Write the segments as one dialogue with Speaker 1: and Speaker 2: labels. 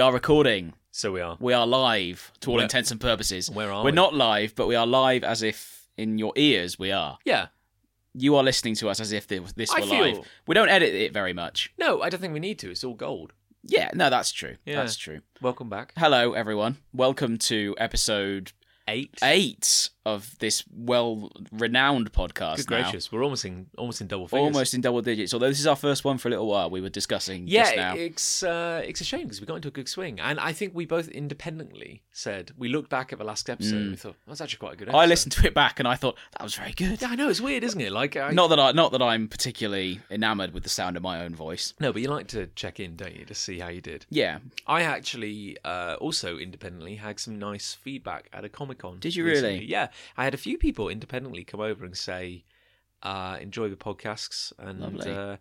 Speaker 1: are recording.
Speaker 2: So we are.
Speaker 1: We are live to all
Speaker 2: Where-
Speaker 1: intents and purposes.
Speaker 2: Where are
Speaker 1: We're
Speaker 2: we?
Speaker 1: not live, but we are live as if in your ears we are.
Speaker 2: Yeah.
Speaker 1: You are listening to us as if thi- this were
Speaker 2: I feel-
Speaker 1: live. We don't edit it very much.
Speaker 2: No, I don't think we need to. It's all gold.
Speaker 1: Yeah, no, that's true.
Speaker 2: Yeah.
Speaker 1: That's true.
Speaker 2: Welcome back.
Speaker 1: Hello, everyone. Welcome to episode
Speaker 2: Eight.
Speaker 1: eight of this well-renowned podcast.
Speaker 2: Good
Speaker 1: now.
Speaker 2: gracious. We're almost in almost in double figures.
Speaker 1: Almost in double digits. Although this is our first one for a little while. We were discussing just
Speaker 2: Yeah,
Speaker 1: now.
Speaker 2: it- it's uh, it's a shame because we got into a good swing, and I think we both independently said we looked back at the last episode. and We thought that's actually quite a good. episode.
Speaker 1: Mm. I listened to it back and I thought that was very good.
Speaker 2: Yeah, I know it's weird, isn't it? Like, I,
Speaker 1: Not that I, not that I'm particularly enamored with the sound of my own voice.
Speaker 2: no, but you like to check in, don't you, to see how you did.
Speaker 1: Yeah.
Speaker 2: I actually uh, also independently had some nice feedback at a Comic Con.
Speaker 1: Did you really?
Speaker 2: Yeah, I had a few people independently come over and say, uh, "Enjoy the podcasts," and
Speaker 1: Lovely.
Speaker 2: Uh,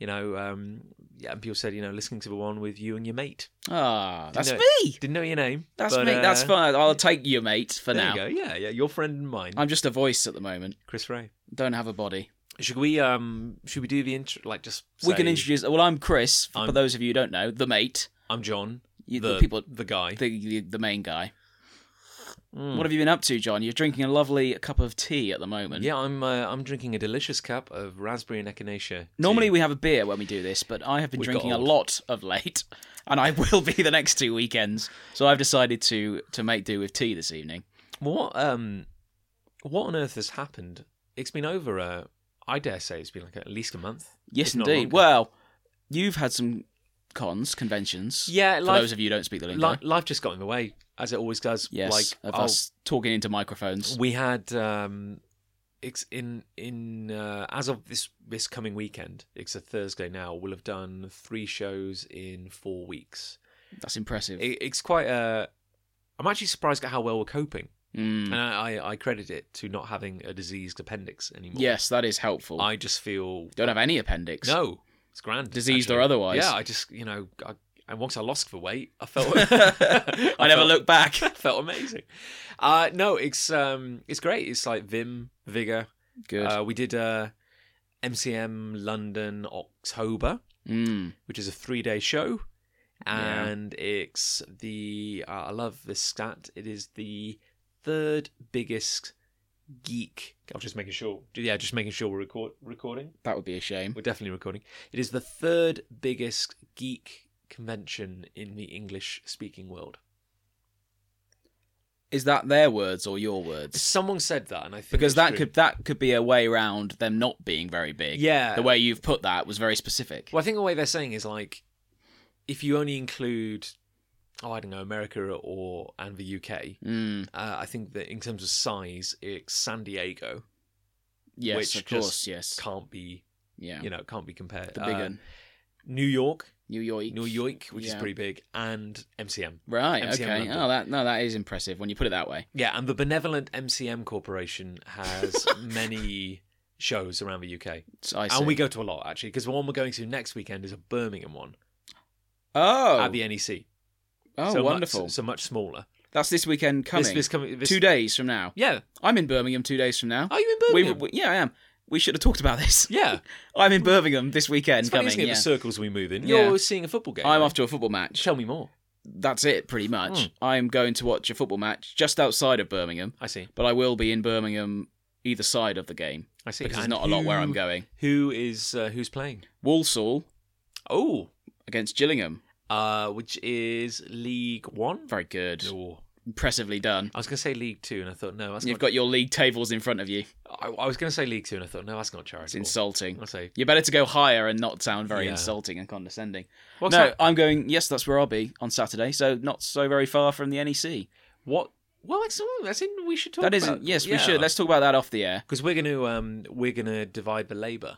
Speaker 2: you know, um, yeah, and people said, you know, listening to the one with you and your mate.
Speaker 1: Ah, that's
Speaker 2: know-
Speaker 1: me.
Speaker 2: Didn't know your name.
Speaker 1: That's
Speaker 2: but,
Speaker 1: me. that's
Speaker 2: uh,
Speaker 1: fine. I'll take you, mate, for
Speaker 2: There
Speaker 1: now.
Speaker 2: you go. Yeah, yeah, your friend and mine,
Speaker 1: I'm just a voice at the moment.
Speaker 2: Chris Ray.
Speaker 1: Don't have a body.
Speaker 2: Should we um should we do the intro like just
Speaker 1: we can
Speaker 2: say,
Speaker 1: introduce. Well, I'm Chris. For, for
Speaker 2: I'm-
Speaker 1: those of you who don't know, the mate,
Speaker 2: I'm John,
Speaker 1: you, the,
Speaker 2: the
Speaker 1: people,
Speaker 2: the guy.
Speaker 1: the, the the main guy.
Speaker 2: Mm.
Speaker 1: What have you been up to, John? You're drinking a lovely cup of tea at the moment.
Speaker 2: yeah, I'm uh, I'm drinking a delicious cup of raspberry and echinacea.
Speaker 1: Normally
Speaker 2: tea.
Speaker 1: we have a beer when we do this, but I have been
Speaker 2: We've got
Speaker 1: drinking a
Speaker 2: old.
Speaker 1: lot of late, and I will be the next two weekends. So I've decided to to make do with tea this evening.
Speaker 2: What um, what on earth has happened? It's been over a, I dare say, it's been like at least a month.
Speaker 1: Yes,
Speaker 2: If not
Speaker 1: indeed.
Speaker 2: longer.
Speaker 1: Well, you've had some cons, conventions.
Speaker 2: Yeah,
Speaker 1: For
Speaker 2: life,
Speaker 1: those of you who don't speak the lingo.
Speaker 2: li- life just got in the way, as it always does.
Speaker 1: yes.
Speaker 2: like
Speaker 1: of
Speaker 2: oh,
Speaker 1: us talking into microphones.
Speaker 2: we had um, it's in in uh, as of this this coming weekend. It's a Thursday now. We'll have done three shows in four weeks.
Speaker 1: That's impressive.
Speaker 2: It, it's quite a. I'm actually surprised at how well we're coping,
Speaker 1: Mm.
Speaker 2: and I, I, I credit it to not having a diseased appendix anymore.
Speaker 1: Yes, that is helpful.
Speaker 2: I just feel
Speaker 1: don't have any appendix.
Speaker 2: No, it's grand.
Speaker 1: Diseased
Speaker 2: actually.
Speaker 1: or otherwise.
Speaker 2: Yeah, I just you know, I, and once I lost the weight, I felt
Speaker 1: I, never
Speaker 2: felt-
Speaker 1: look back.
Speaker 2: Felt amazing. Uh, no, it's um, it's great. It's like vim, vigor.
Speaker 1: Good.
Speaker 2: Uh, we did uh, MCM London October,
Speaker 1: mm.
Speaker 2: which is a three-day show,
Speaker 1: Yeah.
Speaker 2: and it's the uh, I love this stat. It is the third biggest geek. I'm just making sure. Yeah, just making sure we're record- recording.
Speaker 1: That would be a shame.
Speaker 2: We're definitely recording. It is the third biggest geek convention in the English speaking world.
Speaker 1: Is that their words or your words?
Speaker 2: Someone said that, and I think
Speaker 1: Because
Speaker 2: it's
Speaker 1: that
Speaker 2: true.
Speaker 1: could that could be a way around them not being very big.
Speaker 2: yeah.
Speaker 1: The way you've put that was very specific.
Speaker 2: well, I think the way they're saying is like, if you only include, oh, I don't know, America or and the UK.
Speaker 1: Mm.
Speaker 2: Uh, I think that in terms of size, it's San Diego
Speaker 1: Yes,
Speaker 2: Which
Speaker 1: of
Speaker 2: just
Speaker 1: course. Yes.
Speaker 2: can't be,
Speaker 1: Yeah.
Speaker 2: you know, can't be compared.
Speaker 1: the big
Speaker 2: Uh,
Speaker 1: one.
Speaker 2: New York,
Speaker 1: New York.
Speaker 2: New York, which is
Speaker 1: Yeah.
Speaker 2: pretty big, and MCM.
Speaker 1: Right.
Speaker 2: MCM
Speaker 1: okay.
Speaker 2: London.
Speaker 1: Oh, that no, that is impressive when you put it that way.
Speaker 2: Yeah, and the benevolent MCM Corporation has many shows around the UK,
Speaker 1: So I see.
Speaker 2: and we go to a lot actually. Because the one we're going to next weekend is a Birmingham one
Speaker 1: oh,
Speaker 2: at the NEC.
Speaker 1: oh,
Speaker 2: so
Speaker 1: wonderful.
Speaker 2: much, so much smaller.
Speaker 1: That's this weekend coming.
Speaker 2: This, this coming this,
Speaker 1: two days from now.
Speaker 2: Yeah,
Speaker 1: I'm in Birmingham two days from now.
Speaker 2: are you in
Speaker 1: We,
Speaker 2: Oh, Birmingham?
Speaker 1: we, yeah, I am. We should have talked about this.
Speaker 2: yeah,
Speaker 1: I'm in Birmingham this weekend
Speaker 2: it's funny,
Speaker 1: coming.
Speaker 2: isn't it?
Speaker 1: yeah.
Speaker 2: The circles we move in.
Speaker 1: Yeah.
Speaker 2: You're seeing a football game.
Speaker 1: I'm
Speaker 2: right?
Speaker 1: off to a football match.
Speaker 2: Tell me more.
Speaker 1: That's it, pretty much.
Speaker 2: Hmm.
Speaker 1: I'm going to watch a football match just outside of Birmingham,
Speaker 2: I see.
Speaker 1: but I will be in Birmingham either side of the game
Speaker 2: I see.
Speaker 1: because there's
Speaker 2: And
Speaker 1: not a lot where I'm
Speaker 2: who-
Speaker 1: going.
Speaker 2: Who is uh, who's playing?
Speaker 1: Walsall
Speaker 2: Oh,
Speaker 1: against Gillingham.
Speaker 2: uh, which is League One.
Speaker 1: Very good.
Speaker 2: No.
Speaker 1: Impressively done.
Speaker 2: I was going to say League Two, and I thought no, that's
Speaker 1: You've
Speaker 2: not.
Speaker 1: got your league tables in front of you.
Speaker 2: I, I was going to say League Two, and I thought no, that's not charitable.
Speaker 1: It's insulting.
Speaker 2: I say,
Speaker 1: You're better to go higher and not sound very
Speaker 2: Yeah.
Speaker 1: insulting and condescending.
Speaker 2: what's
Speaker 1: no,
Speaker 2: that?
Speaker 1: I'm going. Yes, that's where I'll be on Saturday. So not so very far from the NEC.
Speaker 2: What? Well, that's all. That's in. We should talk.
Speaker 1: That isn't.
Speaker 2: About,
Speaker 1: Yes, we should. Let's talk about that off the air.
Speaker 2: because we're gonna um we're gonna divide the labour.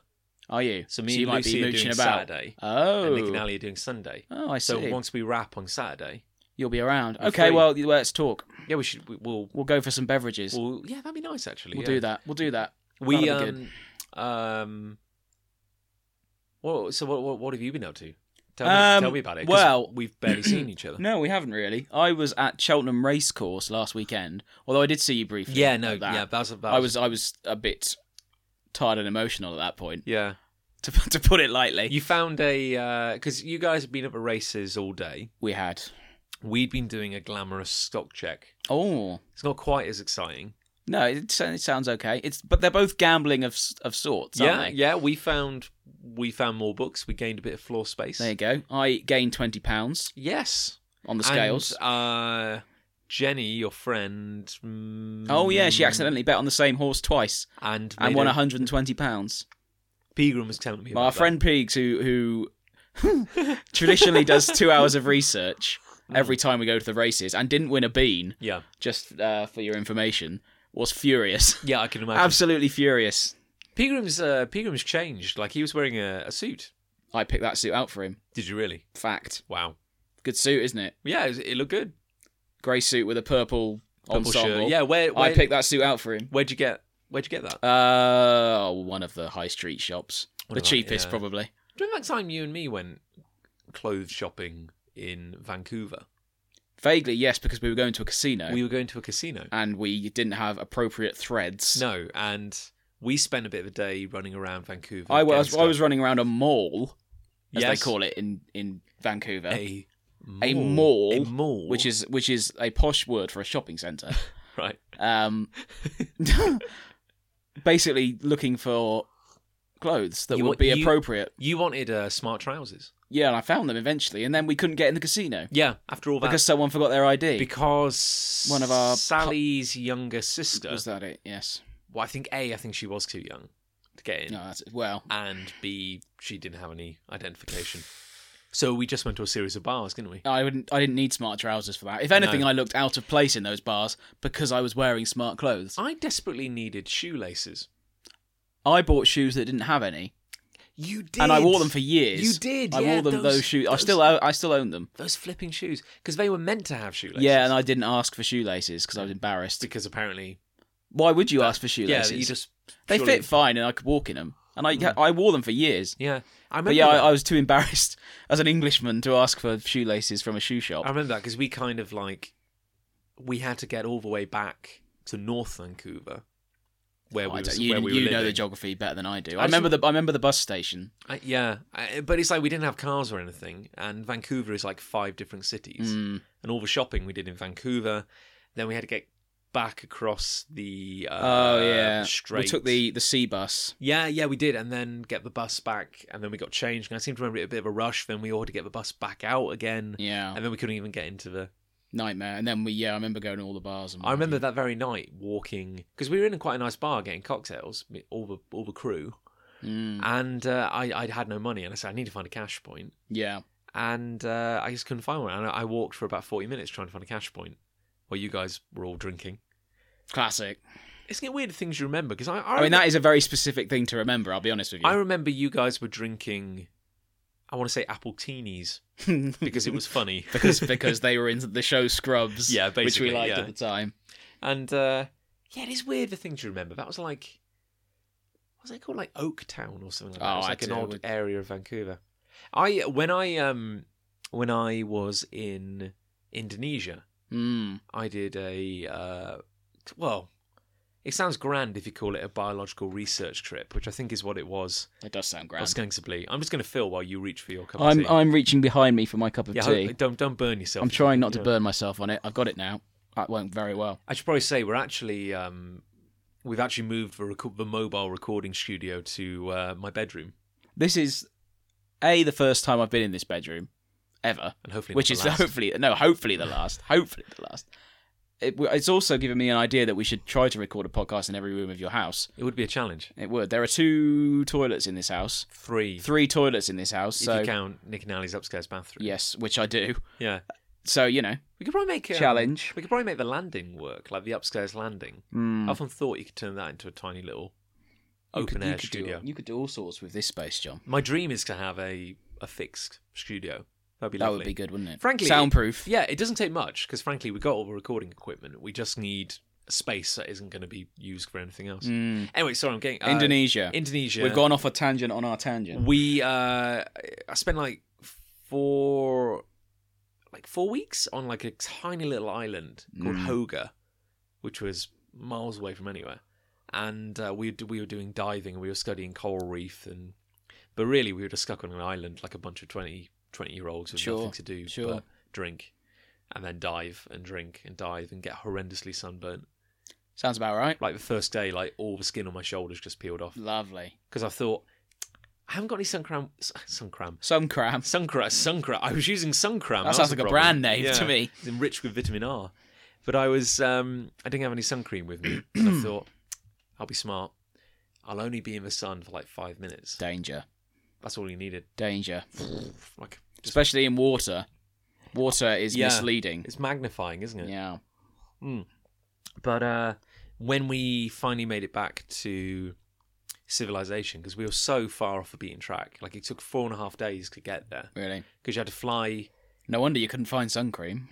Speaker 1: Are you?
Speaker 2: So me
Speaker 1: you
Speaker 2: and
Speaker 1: might
Speaker 2: Lucy
Speaker 1: be
Speaker 2: are
Speaker 1: mooching
Speaker 2: doing
Speaker 1: about.
Speaker 2: Saturday, and Nick and
Speaker 1: Oh.
Speaker 2: Ali are doing Sunday.
Speaker 1: Oh, I
Speaker 2: So
Speaker 1: see.
Speaker 2: once we wrap on Saturday,
Speaker 1: You'll be around.
Speaker 2: You're
Speaker 1: okay.
Speaker 2: free.
Speaker 1: Well, y- let's talk.
Speaker 2: yeah, we should. We, we'll,
Speaker 1: We'll go for some beverages. We'll,
Speaker 2: we'll. Yeah, that'd be nice actually. yeah.
Speaker 1: do that. We'll do that.
Speaker 2: We
Speaker 1: That'll
Speaker 2: um um. Well, so what, what what have you been up to? Tell me,
Speaker 1: Um,
Speaker 2: tell me about it. 'cause
Speaker 1: well-
Speaker 2: we've barely seen each other.
Speaker 1: No, we haven't really. I was at Cheltenham Racecourse last weekend, although I did see you briefly.
Speaker 2: Yeah, no,
Speaker 1: at that.
Speaker 2: yeah, that's about.
Speaker 1: I was I was a bit tired and emotional at that point,
Speaker 2: Yeah,
Speaker 1: to to put it lightly.
Speaker 2: uh, you found a because you guys have been at the races all day.
Speaker 1: we had
Speaker 2: we'd been doing a glamorous stock check.
Speaker 1: Oh
Speaker 2: It's not quite as exciting.
Speaker 1: no, it, it sounds okay. It's but they're both gambling of s- of sorts, aren't
Speaker 2: yeah,
Speaker 1: they?
Speaker 2: yeah. We found we found more books. We gained a bit of floor space.
Speaker 1: There you go. I gained twenty pounds
Speaker 2: Yes,
Speaker 1: on the scales.
Speaker 2: And, uh, Jenny, your friend. mm,
Speaker 1: oh yeah, she accidentally bet on the same horse twice
Speaker 2: and
Speaker 1: and
Speaker 2: made
Speaker 1: won
Speaker 2: a-
Speaker 1: one hundred and twenty pounds.
Speaker 2: Pegram was telling me.
Speaker 1: My
Speaker 2: about that.
Speaker 1: friend Peaks, who who traditionally does two hours of research
Speaker 2: Mm.
Speaker 1: every time we go to the races, and didn't win a bean.
Speaker 2: Yeah,
Speaker 1: Just uh, for your information, was furious.
Speaker 2: yeah. I can imagine.
Speaker 1: Absolutely furious.
Speaker 2: Pegram's uh, Pegram's changed. Like he was wearing a, a suit.
Speaker 1: I picked that suit out for him.
Speaker 2: Did you really?
Speaker 1: Fact.
Speaker 2: Wow.
Speaker 1: Good suit, isn't it?
Speaker 2: Yeah, it, was- it looked good.
Speaker 1: Grey suit with a purple,
Speaker 2: Purple
Speaker 1: ensemble.
Speaker 2: shirt. Yeah. Where? where
Speaker 1: I picked that suit out for him.
Speaker 2: Where'd you get? Where'd you get that?
Speaker 1: Uh, one of the high street shops.
Speaker 2: One
Speaker 1: the
Speaker 2: of that,
Speaker 1: cheapest,
Speaker 2: yeah.
Speaker 1: probably.
Speaker 2: Do you remember that time you and me went clothes shopping in Vancouver?
Speaker 1: Vaguely, yes, because we were going to a casino
Speaker 2: We were going to a casino.
Speaker 1: and we didn't have appropriate threads.
Speaker 2: No, and we spent a bit of a day running around Vancouver.
Speaker 1: I was
Speaker 2: getting
Speaker 1: I was running around a mall, as
Speaker 2: Yes.
Speaker 1: they call it in in Vancouver,
Speaker 2: stuff. a
Speaker 1: a
Speaker 2: mall,
Speaker 1: mall,
Speaker 2: a mall,
Speaker 1: which is which is a posh word for a shopping centre.
Speaker 2: right.
Speaker 1: um, basically, looking for clothes that
Speaker 2: You
Speaker 1: would
Speaker 2: want-
Speaker 1: be
Speaker 2: you-
Speaker 1: appropriate.
Speaker 2: You wanted uh, smart trousers.
Speaker 1: Yeah, and I found them eventually, and then we couldn't get in the casino
Speaker 2: Yeah, after all that,
Speaker 1: because someone forgot their ID.
Speaker 2: because
Speaker 1: One of our pu-
Speaker 2: Sally's younger sister.
Speaker 1: was that it? Yes.
Speaker 2: Well, I think a, I think she was too young to get in,
Speaker 1: No, that's it. Well,
Speaker 2: and b, she didn't have any identification. So we just went to a series of bars, didn't we?
Speaker 1: I wouldn't. I didn't need smart trousers for that. If anything,
Speaker 2: No.
Speaker 1: I looked out of place in those bars because I was wearing smart clothes.
Speaker 2: I desperately needed shoelaces.
Speaker 1: I bought shoes that didn't have any,
Speaker 2: You did,
Speaker 1: and I wore them for years.
Speaker 2: You did,
Speaker 1: I
Speaker 2: yeah,
Speaker 1: wore them
Speaker 2: those-
Speaker 1: those, shoes. I
Speaker 2: those-
Speaker 1: still. o- I still own them.
Speaker 2: those flipping shoes because they were meant to have shoelaces.
Speaker 1: Yeah, and I didn't ask for shoelaces because I was embarrassed.
Speaker 2: because apparently,
Speaker 1: Why would you ask for
Speaker 2: yeah,
Speaker 1: shoelaces?
Speaker 2: you just
Speaker 1: they
Speaker 2: surely-
Speaker 1: fit fine, and I could walk in them. And I, I wore them for years.
Speaker 2: Yeah, I remember.
Speaker 1: But yeah,
Speaker 2: that.
Speaker 1: I, I was too embarrassed as an Englishman to ask for shoelaces from a shoe shop.
Speaker 2: I remember that because we kind of like we had to get all the way back to North Vancouver, where
Speaker 1: Oh, I
Speaker 2: we
Speaker 1: don't-
Speaker 2: was,
Speaker 1: you
Speaker 2: where we
Speaker 1: you
Speaker 2: were
Speaker 1: know the
Speaker 2: living.
Speaker 1: geography better than I do. I,
Speaker 2: I just-
Speaker 1: remember the I remember the bus station.
Speaker 2: I, yeah, I, but it's like we didn't have cars or anything, and Vancouver is like five different cities,
Speaker 1: Mm,
Speaker 2: and all the shopping we did in Vancouver. Then we had to get back across the uh,
Speaker 1: Oh, yeah.
Speaker 2: straight.
Speaker 1: we took the the sea bus.
Speaker 2: yeah yeah we did, and then get the bus back, and then we got changed. And I seem to remember it a bit of a rush. Then we all had to get the bus back out again,
Speaker 1: Yeah,
Speaker 2: and then we couldn't even get into the
Speaker 1: nightmare. And then we yeah, I remember going to all the bars. And
Speaker 2: I remember that very night walking because we were in a quite a nice bar getting cocktails, me- all the all the crew,
Speaker 1: Mm,
Speaker 2: and uh, I I had no money, and I said I need to find a cash point,
Speaker 1: yeah,
Speaker 2: and uh, I just couldn't find one, and I, I walked for about forty minutes trying to find a cash point. While you guys were all drinking.
Speaker 1: classic.
Speaker 2: Isn't it weird the things you remember? Because I, I,
Speaker 1: I mean,
Speaker 2: remem-
Speaker 1: that is a very specific thing to remember. I'll be honest with you.
Speaker 2: I remember you guys were drinking. I want to say apple teenies because it was funny.
Speaker 1: because because they were in the show Scrubs.
Speaker 2: Yeah,
Speaker 1: which
Speaker 2: basically,
Speaker 1: we liked
Speaker 2: yeah.
Speaker 1: at the time.
Speaker 2: and uh, yeah, it is weird the things you remember. That was like, what was it called like Oaktown or something like that?
Speaker 1: Oh,
Speaker 2: it was
Speaker 1: I
Speaker 2: like an
Speaker 1: do-
Speaker 2: odd area of Vancouver. I when I um when I was in Indonesia,
Speaker 1: Mm.
Speaker 2: I did a uh, well, it sounds grand if you call it a biological research trip, which I think is what it was
Speaker 1: That does sound grand.
Speaker 2: ostensibly. I'm just going to fill while you reach for your cup of
Speaker 1: I'm
Speaker 2: tea.
Speaker 1: I'm reaching behind me for my cup of
Speaker 2: yeah,
Speaker 1: tea.
Speaker 2: hope- don't don't burn yourself.
Speaker 1: I'm trying not to
Speaker 2: Yeah.
Speaker 1: burn myself on it. I've got it now. That went very well.
Speaker 2: I should probably say we're actually um, we've actually moved the, reco- the mobile recording studio to uh, my bedroom,
Speaker 1: This is a the first time I've been in this bedroom ever,
Speaker 2: and hopefully, not
Speaker 1: which
Speaker 2: the
Speaker 1: is
Speaker 2: last.
Speaker 1: hopefully no, hopefully the last, hopefully the last. It, it's also given me an idea that we should try to record a podcast in every room of your house.
Speaker 2: it would be a challenge.
Speaker 1: It would. There are two toilets in this house,
Speaker 2: Three,
Speaker 1: three toilets in this house.
Speaker 2: if
Speaker 1: So
Speaker 2: you count Nick and Ali's upstairs bathroom.
Speaker 1: yes, which I do.
Speaker 2: yeah.
Speaker 1: So you know,
Speaker 2: We could probably make um,
Speaker 1: challenge.
Speaker 2: We could probably make the landing work, like the upstairs landing.
Speaker 1: Mm.
Speaker 2: I often thought you could turn that into a tiny little
Speaker 1: Oh, You
Speaker 2: open
Speaker 1: could-
Speaker 2: air
Speaker 1: you could do-
Speaker 2: studio.
Speaker 1: you could do all sorts with this space, John.
Speaker 2: My dream is to have a a fixed studio. That'd be
Speaker 1: That
Speaker 2: lovely.
Speaker 1: would be good, wouldn't it?
Speaker 2: Frankly,
Speaker 1: soundproof.
Speaker 2: Yeah, it doesn't take much because frankly, we got all the recording equipment. We just need space that isn't going to be used for anything else.
Speaker 1: Mm.
Speaker 2: Anyway, sorry, I'm getting uh,
Speaker 1: Indonesia.
Speaker 2: Indonesia.
Speaker 1: We've gone off a tangent on our tangent.
Speaker 2: We uh, I spent like four, like four weeks on like a tiny little island called
Speaker 1: Mm.
Speaker 2: Hoga, which was miles away from anywhere, and uh, we d- we were doing diving and we were studying coral reef and, but really we were just stuck on an island like a bunch of 20, 20 year olds with
Speaker 1: Sure,
Speaker 2: nothing to do
Speaker 1: sure.
Speaker 2: but drink. and then dive and drink and dive and get horrendously sunburnt.
Speaker 1: Sounds about right.
Speaker 2: Like the first day, like all the skin on my shoulders just peeled off
Speaker 1: Lovely.
Speaker 2: because I thought I haven't got any sun cram, s- sun cram,
Speaker 1: Some cramps.
Speaker 2: sun cram, sun cram. I was using sun cram.
Speaker 1: That
Speaker 2: was
Speaker 1: sounds
Speaker 2: the
Speaker 1: like a
Speaker 2: problem.
Speaker 1: brand name
Speaker 2: Yeah.
Speaker 1: to me.
Speaker 2: It's enriched with vitamin R. But I was, um, I didn't have any sun cream with me. and I thought, I'll be smart. I'll only be in the sun for like five minutes.
Speaker 1: Danger.
Speaker 2: That's all you needed.
Speaker 1: Danger.
Speaker 2: Like, just,
Speaker 1: Especially in water. Water is
Speaker 2: Yeah.
Speaker 1: misleading.
Speaker 2: it's magnifying, isn't it?
Speaker 1: Yeah.
Speaker 2: But uh, when we finally made it back to civilization, because we were so far off the beaten track, like it took four and a half days to get there,
Speaker 1: Really.
Speaker 2: because you had to fly.
Speaker 1: No wonder you couldn't find sun cream.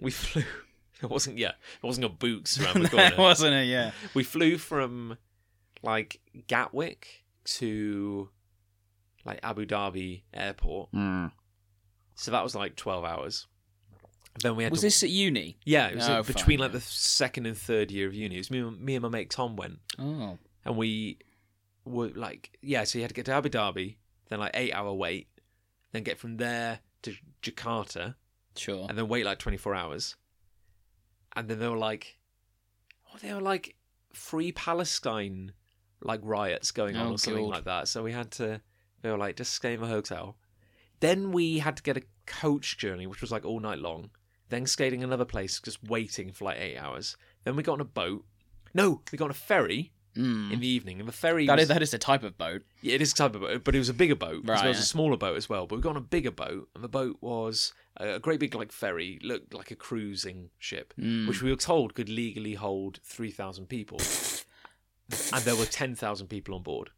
Speaker 2: We flew. It wasn't yeah. It wasn't a boots around the corner.
Speaker 1: That wasn't it? Yeah.
Speaker 2: we flew from like Gatwick to like Abu Dhabi airport.
Speaker 1: Hmm.
Speaker 2: So that was like 12 hours. Then we had
Speaker 1: Was
Speaker 2: to,
Speaker 1: this at uni?
Speaker 2: yeah, it was
Speaker 1: Oh,
Speaker 2: uh, between
Speaker 1: fine,
Speaker 2: like
Speaker 1: yeah.
Speaker 2: the second and third year of uni. It was me, and- me and my mate Tom went
Speaker 1: Oh.
Speaker 2: and we were like yeah, so you had to get to Abu Dhabi, then like 8 hour wait, then get from there to Jakarta
Speaker 1: Sure.
Speaker 2: and then wait like 24 hours. And then they were like, oh, they were like free Palestine like riots going on
Speaker 1: Oh,
Speaker 2: or something
Speaker 1: God.
Speaker 2: like that. So we had to, they were like, just stay in the hotel. Then we had to get a coach journey, which was like all night long. Then skating another place, just waiting for like eight hours. Then we got on a boat. No, we got on a ferry
Speaker 1: Mm.
Speaker 2: in the evening, and the ferry
Speaker 1: That
Speaker 2: was-
Speaker 1: is that is a type of boat.
Speaker 2: yeah, it is a type of boat, but it was a bigger boat. as
Speaker 1: Right,
Speaker 2: well as
Speaker 1: yeah.
Speaker 2: a smaller boat as well. But we got on a bigger boat, and the boat was a a great big like ferry, looked like a cruising ship,
Speaker 1: Mm.
Speaker 2: which we were told could legally hold three thousand people, and there were ten thousand people on board.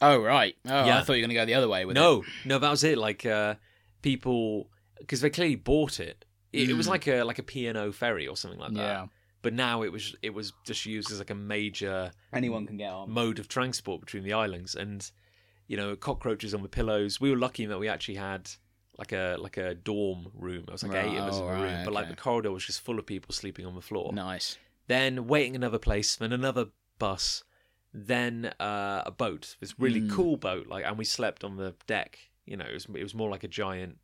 Speaker 1: Oh right. Oh, I
Speaker 2: Yeah.
Speaker 1: thought you were gonna go the other way with it.
Speaker 2: no, no, that was it. Like uh, people, because they clearly bought it. It, it was
Speaker 1: Mm.
Speaker 2: like a like a P&O ferry or something like that.
Speaker 1: Yeah.
Speaker 2: But now it was it was just used as like a major
Speaker 1: Anyone can get on.
Speaker 2: mode of transport between the islands and you know cockroaches on the pillows we were lucky in that we actually had like a like a dorm room it was like
Speaker 1: Right,
Speaker 2: eight of us in
Speaker 1: oh,
Speaker 2: a room
Speaker 1: right,
Speaker 2: but like
Speaker 1: okay.
Speaker 2: the corridor was just full of people sleeping on the floor
Speaker 1: Nice.
Speaker 2: then waiting another place then another bus then uh, a boat this really
Speaker 1: Mm.
Speaker 2: cool boat like and we slept on the deck you know it was, it was more like a giant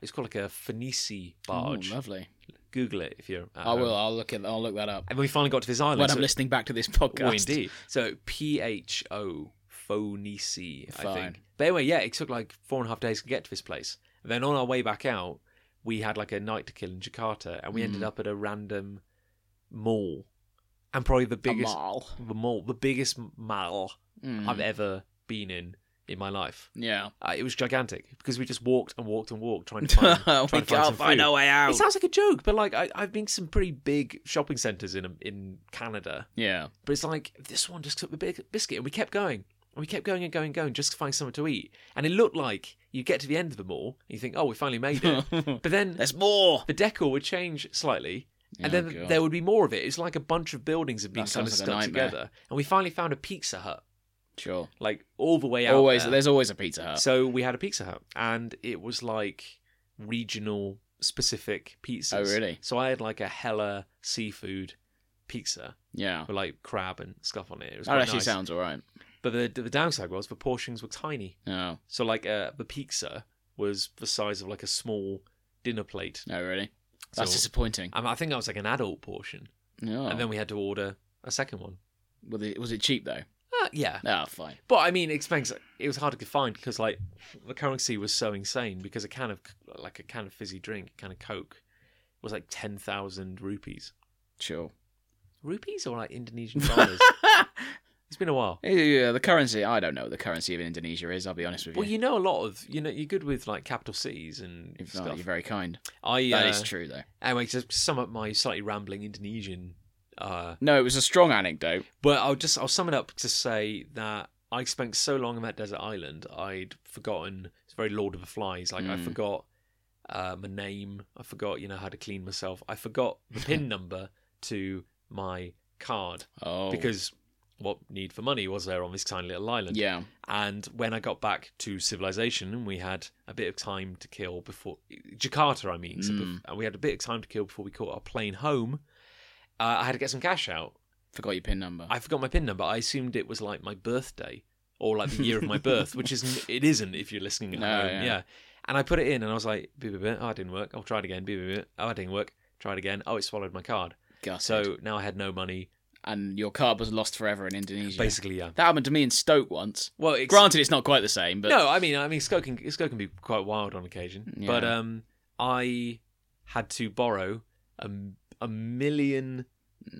Speaker 2: it's called like a Phoenici barge.
Speaker 1: Oh, lovely.
Speaker 2: Google it if you're. at
Speaker 1: I will.
Speaker 2: home.
Speaker 1: I'll look at. I'll look that up
Speaker 2: And we finally got to this island.
Speaker 1: when
Speaker 2: so
Speaker 1: I'm listening back to this
Speaker 2: well,
Speaker 1: podcast.
Speaker 2: indeed. So P H O Phonisi, I
Speaker 1: Fine.
Speaker 2: think. But anyway, yeah, it took like four and a half days to get to this place. Then on our way back out, we had like a night to kill in Jakarta, and we ended
Speaker 1: Mm.
Speaker 2: up at a random mall, and probably the
Speaker 1: A
Speaker 2: biggest
Speaker 1: mile.
Speaker 2: the mall, the biggest mall
Speaker 1: Mm.
Speaker 2: I've ever been in in my life.
Speaker 1: Yeah.
Speaker 2: Uh, it was gigantic because we just walked and walked and walked trying to find. trying
Speaker 1: we
Speaker 2: to find some
Speaker 1: can't find
Speaker 2: food.
Speaker 1: our way out.
Speaker 2: It sounds like a joke, but like I, I've been to some pretty big shopping centres in um, in Canada,
Speaker 1: Yeah.
Speaker 2: but it's like this one just took the big biscuit, and we kept going, and we kept going and going and going just to find something to eat. And it looked like you get to the end of the mall, and you think, "Oh, we finally made it." but then
Speaker 1: There's more.
Speaker 2: the decor would change slightly, and
Speaker 1: Oh,
Speaker 2: then
Speaker 1: God.
Speaker 2: there would be more of it. It's like a bunch of buildings have been
Speaker 1: That
Speaker 2: kind of
Speaker 1: sounds like
Speaker 2: stuck
Speaker 1: a nightmare.
Speaker 2: together. And we finally found a Pizza Hut,
Speaker 1: sure.
Speaker 2: like all the way out.
Speaker 1: always.
Speaker 2: there.
Speaker 1: There's always a Pizza Hut.
Speaker 2: So we had a Pizza Hut, and it was like regional specific pizzas.
Speaker 1: Oh, really?
Speaker 2: So I had like a hella seafood pizza
Speaker 1: yeah.
Speaker 2: with like crab and stuff on it. It was
Speaker 1: That
Speaker 2: quite
Speaker 1: actually
Speaker 2: nice.
Speaker 1: sounds all right.
Speaker 2: But the the downside was the portions were tiny.
Speaker 1: Oh.
Speaker 2: So like uh, the pizza was the size of like a small dinner plate.
Speaker 1: No, Oh, really. That's Oh.
Speaker 2: So-
Speaker 1: disappointing.
Speaker 2: Um, I think that was like an adult portion,
Speaker 1: No.
Speaker 2: and then we had to order a second one.
Speaker 1: was it, was it cheap though?
Speaker 2: Uh, yeah,
Speaker 1: Oh, fine.
Speaker 2: but I mean, expense. It was hard to find because like the currency was so insane. Because a can of like a can of fizzy drink, a can of Coke, was like ten thousand rupees.
Speaker 1: Sure.
Speaker 2: Rupees or like Indonesian dollars? it's been a while.
Speaker 1: yeah, the currency. I don't know what the currency of Indonesia is. I'll be honest with you.
Speaker 2: Well, you know a lot of you know you're good with like capital cities and
Speaker 1: If not,
Speaker 2: stuff.
Speaker 1: you're very kind.
Speaker 2: I uh,
Speaker 1: That is true though.
Speaker 2: Anyway, to sum up my slightly rambling Indonesian, uh,
Speaker 1: No, it was a strong anecdote.
Speaker 2: but I'll just I'll sum it up to say that I spent so long on that desert island, I'd forgotten. It's very Lord of the Flies. Like I
Speaker 1: Mm.
Speaker 2: forgot uh, my name. I forgot you know how to clean myself. I forgot the pin number to my card
Speaker 1: Oh.
Speaker 2: because what need for money was there on this tiny little island?
Speaker 1: Yeah.
Speaker 2: And when I got back to civilization, we had a bit of time to kill before Jakarta. I mean, so bef-
Speaker 1: Mm.
Speaker 2: and we had a bit of time to kill before we caught our plane home. Uh, I had to get some cash out.
Speaker 1: Forgot your pin number.
Speaker 2: I forgot my pin number. I assumed it was like my birthday or like the year of my birth, which isn't. It isn't if you're listening at
Speaker 1: No,
Speaker 2: home.
Speaker 1: yeah.
Speaker 2: Yeah. And I put it in and I was like, beep, beep, beep. oh, it didn't work. I'll try it again. Beep, beep, beep. Oh, it didn't work. Try it again. Oh, it swallowed my card.
Speaker 1: Gutted.
Speaker 2: So now I had no money.
Speaker 1: and your card was lost forever in Indonesia.
Speaker 2: Basically, yeah.
Speaker 1: That happened to me in Stoke once.
Speaker 2: Well, it's,
Speaker 1: Granted, it's not quite the same, but
Speaker 2: no, I mean, I mean, Sco can Sco can be quite wild on occasion.
Speaker 1: Yeah.
Speaker 2: But um, I had to borrow a, a million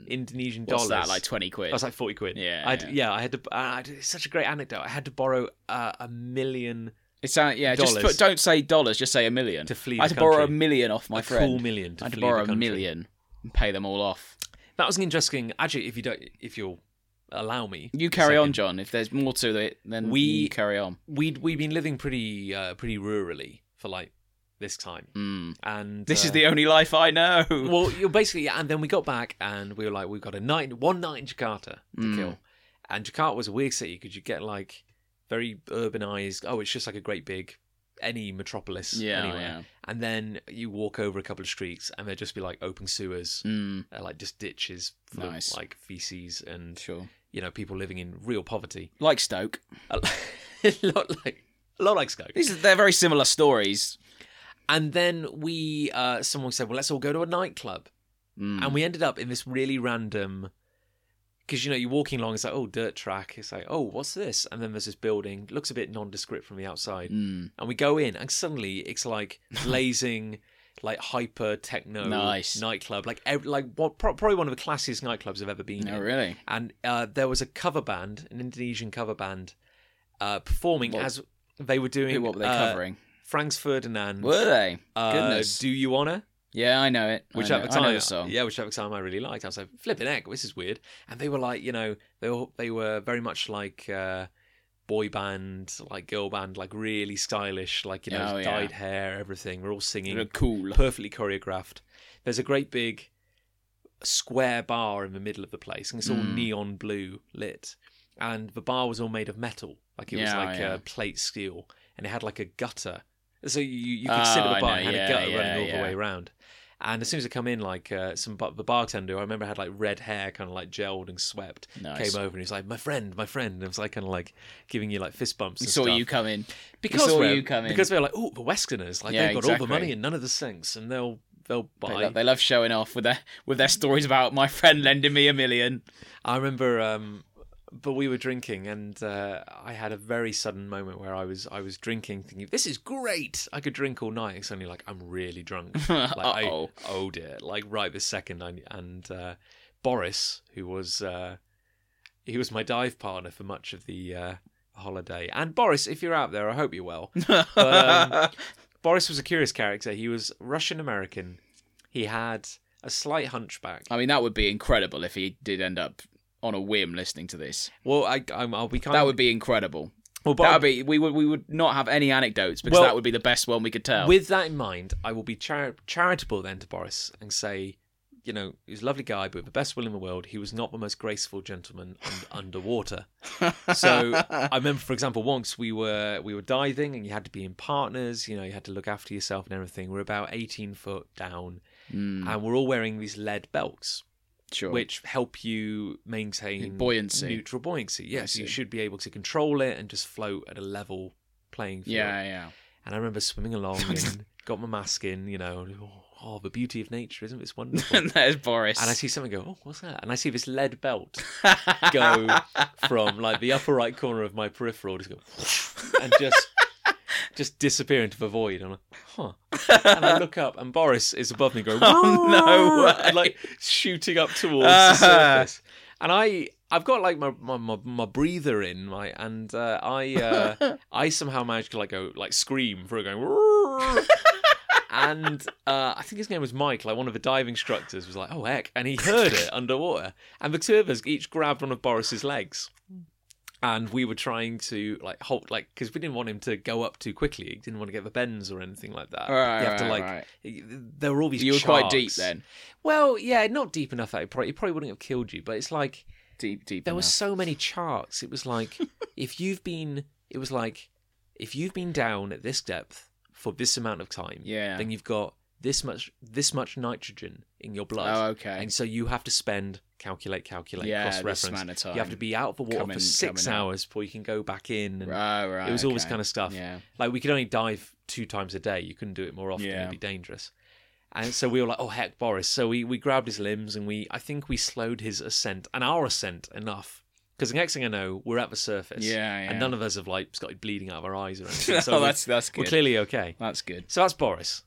Speaker 2: Indonesian
Speaker 1: what's
Speaker 2: dollars.
Speaker 1: that? Like twenty quid.
Speaker 2: I was like forty quid.
Speaker 1: Yeah,
Speaker 2: I'd,
Speaker 1: yeah.
Speaker 2: yeah. I had to. uh, I, I- it's such a great anecdote. I had to borrow uh, a million
Speaker 1: it's uh, yeah. Just
Speaker 2: dollars.
Speaker 1: put, don't say dollars. Just say a million.
Speaker 2: to flee.
Speaker 1: I had
Speaker 2: the
Speaker 1: to borrow a
Speaker 2: country.
Speaker 1: million off my
Speaker 2: a
Speaker 1: friend.
Speaker 2: cool million to
Speaker 1: I had to
Speaker 2: flee
Speaker 1: borrow
Speaker 2: the
Speaker 1: a
Speaker 2: country.
Speaker 1: million and pay them all off.
Speaker 2: That was an interesting. Actually, if you don't, if you'll allow me,
Speaker 1: You carry on,
Speaker 2: Second.
Speaker 1: John. If there's more to it, then
Speaker 2: We-
Speaker 1: you carry on.
Speaker 2: we'd we've been living pretty uh, pretty rurally for like this time,
Speaker 1: Mm.
Speaker 2: and
Speaker 1: This
Speaker 2: uh,
Speaker 1: is the only life I know.
Speaker 2: well, you're basically, and then we got back and we were like, we've got a night, one night in Jakarta to
Speaker 1: Mm.
Speaker 2: kill, and Jakarta was a weird city because you get like very urbanized. Oh, it's just like a great big any metropolis
Speaker 1: yeah,
Speaker 2: anywhere,
Speaker 1: yeah.
Speaker 2: and then you walk over a couple of streets and they'd just be like open sewers,
Speaker 1: Mm,
Speaker 2: uh, like just ditches full
Speaker 1: Nice.
Speaker 2: of like feces and
Speaker 1: sure.
Speaker 2: you know people living in real poverty.
Speaker 1: Like Stoke.
Speaker 2: A lot like a lot like Scope.
Speaker 1: These are, they're very similar stories.
Speaker 2: And then we, uh, someone said, well, let's all go to a nightclub.
Speaker 1: Mm.
Speaker 2: And we ended up in this really random, because you know, you're walking along, it's like, oh, dirt track. It's like, oh, what's this? And then there's this building, looks a bit nondescript from the outside.
Speaker 1: Mm.
Speaker 2: And we go in, and suddenly it's like blazing, like hyper techno
Speaker 1: Nice.
Speaker 2: nightclub, like ev- like what, pro- probably one of the classiest nightclubs I've ever been
Speaker 1: No,
Speaker 2: in.
Speaker 1: Oh, really.
Speaker 2: And uh, there was a cover band, an Indonesian cover band, uh, performing
Speaker 1: What-
Speaker 2: as they were doing.
Speaker 1: Who- What were they
Speaker 2: uh,
Speaker 1: covering?
Speaker 2: Franz Ferdinand.
Speaker 1: Were they?
Speaker 2: Uh,
Speaker 1: Goodness.
Speaker 2: Do you wanna?
Speaker 1: Yeah, I know it.
Speaker 2: Which
Speaker 1: I know,
Speaker 2: at the
Speaker 1: I know
Speaker 2: time,
Speaker 1: the song.
Speaker 2: yeah, which at the time I really liked. I was like, flipping heck, this is weird. And they were like, you know, they were they were very much like uh, boy band, like girl band, like really stylish, like you know,
Speaker 1: Oh, yeah.
Speaker 2: dyed hair, everything. We're all
Speaker 1: They
Speaker 2: singing,
Speaker 1: look cool.
Speaker 2: perfectly choreographed. There's a great big square bar in the middle of the place, and it's all
Speaker 1: Mm.
Speaker 2: neon blue lit. And the bar was all made of metal, like it was
Speaker 1: Yeah,
Speaker 2: like
Speaker 1: yeah.
Speaker 2: uh, plate steel, and it had like a gutter. So you you could sit
Speaker 1: Oh,
Speaker 2: at
Speaker 1: I
Speaker 2: the bar
Speaker 1: know,
Speaker 2: and had
Speaker 1: yeah,
Speaker 2: a gutter
Speaker 1: yeah,
Speaker 2: running all
Speaker 1: yeah.
Speaker 2: the way around. And as soon as I come in, like uh, some bar- the bartender, I remember had like red hair, kind of like gelled and swept,
Speaker 1: Nice.
Speaker 2: came over and he's like, "My friend, my friend," and it was like kind of like giving you like fist bumps.
Speaker 1: He
Speaker 2: and
Speaker 1: saw
Speaker 2: stuff
Speaker 1: you come in.
Speaker 2: because
Speaker 1: saw
Speaker 2: we're,
Speaker 1: you come in.
Speaker 2: because they're like, oh, the Westerners, like
Speaker 1: Yeah,
Speaker 2: they've got all
Speaker 1: exactly.
Speaker 2: the money and none of the sinks, and they'll they'll
Speaker 1: They,
Speaker 2: buy.
Speaker 1: lo- they love showing off with their with their stories about my friend lending me a million.
Speaker 2: I remember, um, but we were drinking, and uh, I had a very sudden moment where I was I was drinking, thinking this is great, I could drink all night. It's only like I'm really drunk. Like
Speaker 1: Uh-oh.
Speaker 2: I owed it, like right this second. I, and uh, Boris, who was uh, he was my dive partner for much of the uh, holiday. And Boris, if you're out there, I hope you're well. um, Boris was a curious character. He was Russian American. He had a slight hunchback.
Speaker 1: I mean, that would be incredible if he did end up on a whim listening to this.
Speaker 2: Well, I, I'm, I'll be kind
Speaker 1: That
Speaker 2: of.
Speaker 1: would be incredible.
Speaker 2: well,
Speaker 1: That
Speaker 2: Bob,
Speaker 1: would be we would we would not have any anecdotes because
Speaker 2: Well,
Speaker 1: that would be the best one we could tell.
Speaker 2: with that in mind, I will be chari- charitable then to Boris and say, you know, he was a lovely guy, but with the best will in the world, he was not the most graceful gentleman un- underwater. So I remember, for example, once we were we were diving and you had to be in partners. You know, you had to look after yourself and everything. We're about 18 foot down,
Speaker 1: Mm,
Speaker 2: and we're all wearing these lead belts.
Speaker 1: sure.
Speaker 2: Uh, which help you maintain
Speaker 1: Buoyancy.
Speaker 2: neutral buoyancy. Yes,
Speaker 1: see.
Speaker 2: you should be able to control it and just float at a level playing field.
Speaker 1: yeah, yeah.
Speaker 2: And I remember swimming along and got my mask in, you know, and, oh, oh, the beauty of nature, isn't this wonderful?
Speaker 1: and
Speaker 2: and
Speaker 1: there's Boris.
Speaker 2: I see something go, oh, what's that? And I see this lead belt go from like the upper right corner of my peripheral just go and just just disappear into the void. I'm like, huh. And I look up and Boris is above me going,
Speaker 1: Oh, no
Speaker 2: "Whoa," and,
Speaker 1: way.
Speaker 2: like shooting up towards
Speaker 1: Uh-huh.
Speaker 2: the surface. And I I've got like my my, my, my breather in, my and uh, I uh, I somehow managed to like go like scream for going "Roar." and uh, I think his name was Mike, like one of the dive instructors, was like, "Oh heck!" and he heard it underwater. And the two of us each grabbed one of Boris's legs, and we were trying to like hold, like because we didn't want him to go up too quickly. He didn't want to get the bends or anything like that.
Speaker 1: Right,
Speaker 2: uh, you have to
Speaker 1: right,
Speaker 2: like.
Speaker 1: right.
Speaker 2: There were all these.
Speaker 1: You were quite deep
Speaker 2: sharks.
Speaker 1: then.
Speaker 2: Well, yeah, not deep enough. That it probably, it probably wouldn't have killed you, but it's like
Speaker 1: Deep, deep.
Speaker 2: there were so many charts. It was like if you've been, it was like if you've been down at this depth for this amount of time,
Speaker 1: Yeah.
Speaker 2: then you've got this much this much nitrogen in your blood.
Speaker 1: Oh, okay.
Speaker 2: And so you have to spend calculate, calculate,
Speaker 1: yeah,
Speaker 2: cross
Speaker 1: this
Speaker 2: reference.
Speaker 1: amount of time.
Speaker 2: You have to be out of the water
Speaker 1: Coming-
Speaker 2: for six
Speaker 1: coming out.
Speaker 2: hours before you can go back in. And
Speaker 1: Right, right.
Speaker 2: it was all this
Speaker 1: okay.
Speaker 2: kind of stuff.
Speaker 1: Yeah.
Speaker 2: Like we could only dive two times a day. You couldn't do it more often.
Speaker 1: Yeah.
Speaker 2: It'd be dangerous. And so we were like, oh heck, Boris. So we we grabbed his limbs and we I think we slowed his ascent and our ascent enough because the next thing I know we're at the surface.
Speaker 1: Yeah, yeah.
Speaker 2: And none of us have like started bleeding out of our eyes or anything. So
Speaker 1: oh,
Speaker 2: we're-
Speaker 1: that's that's
Speaker 2: we're
Speaker 1: good.
Speaker 2: clearly okay.
Speaker 1: That's good.
Speaker 2: So that's Boris.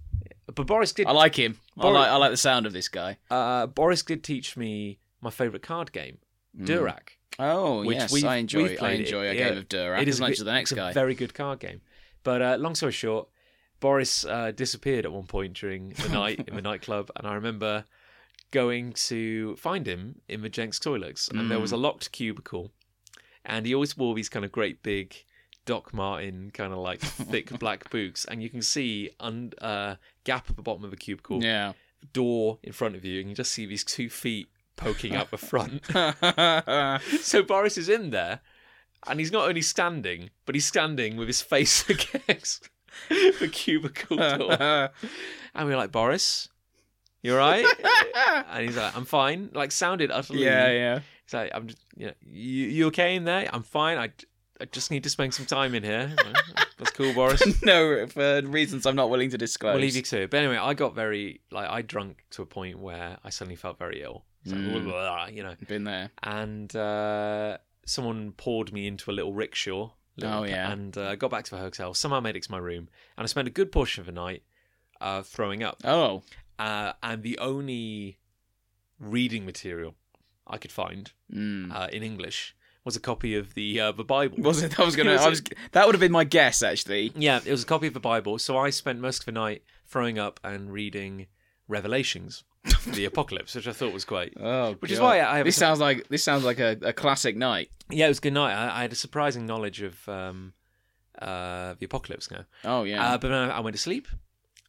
Speaker 2: But Boris did
Speaker 1: I like him. I
Speaker 2: Bor-
Speaker 1: like I like the sound of this guy.
Speaker 2: uh, Boris did teach me my favourite card game,
Speaker 1: Mm.
Speaker 2: Durak.
Speaker 1: Oh
Speaker 2: which
Speaker 1: yes,
Speaker 2: we've-
Speaker 1: I
Speaker 2: we've
Speaker 1: enjoy. I
Speaker 2: played it.
Speaker 1: enjoy a
Speaker 2: Yeah.
Speaker 1: game of Durak as
Speaker 2: a
Speaker 1: much
Speaker 2: good-
Speaker 1: as the next
Speaker 2: it's a
Speaker 1: guy.
Speaker 2: very good card game. But uh, long story short, Boris uh, disappeared at one point during the night in the nightclub, and I remember going to find him in the Jenks toilets, and there was
Speaker 1: Hmm.
Speaker 2: a locked cubicle, and he always wore these kind of great big. Doc Martin kind of like thick black boots, and you can see un- uh, gap at the bottom of the cubicle,
Speaker 1: Yeah.
Speaker 2: door in front of you, and you just see these two feet poking out the front.
Speaker 1: oh
Speaker 2: So Boris is in there, and he's not only standing, but he's standing with his face against the cubicle door. And we're like, Boris, you all right? and he's like, I'm fine. Like, sounded utterly.
Speaker 1: yeah, yeah.
Speaker 2: He's like, I'm just, you know, you, you okay in there? I'm fine. I, I just need to spend some time in here. That's cool, Boris.
Speaker 1: no, for reasons I'm not willing to disclose.
Speaker 2: We'll leave you to it. But anyway, I got very, like, I drunk to a point where I suddenly felt very ill. It's like,
Speaker 1: Mm.
Speaker 2: you know.
Speaker 1: Been there.
Speaker 2: and uh, someone poured me into a little rickshaw.
Speaker 1: Oh, yeah.
Speaker 2: And uh, I got back to the hotel. Somehow made it to my room, and I spent a good portion of the night uh, throwing up.
Speaker 1: Oh,
Speaker 2: Uh, and the only reading material I could find
Speaker 1: mm.
Speaker 2: uh, in English was a copy of the uh, the Bible.
Speaker 1: was it? I was gonna.
Speaker 2: Was
Speaker 1: I was. That would have been my guess actually.
Speaker 2: Yeah, it was a copy of the Bible. So I spent most of the night throwing up and reading Revelations, the Apocalypse, which I thought was great.
Speaker 1: Oh,
Speaker 2: Which is
Speaker 1: God.
Speaker 2: why I have a
Speaker 1: this sounds like this sounds like a, a classic night.
Speaker 2: Yeah, it was a good night. I, I had a surprising knowledge of um, uh, the apocalypse now.
Speaker 1: Oh yeah.
Speaker 2: Uh, but then I, I went to sleep,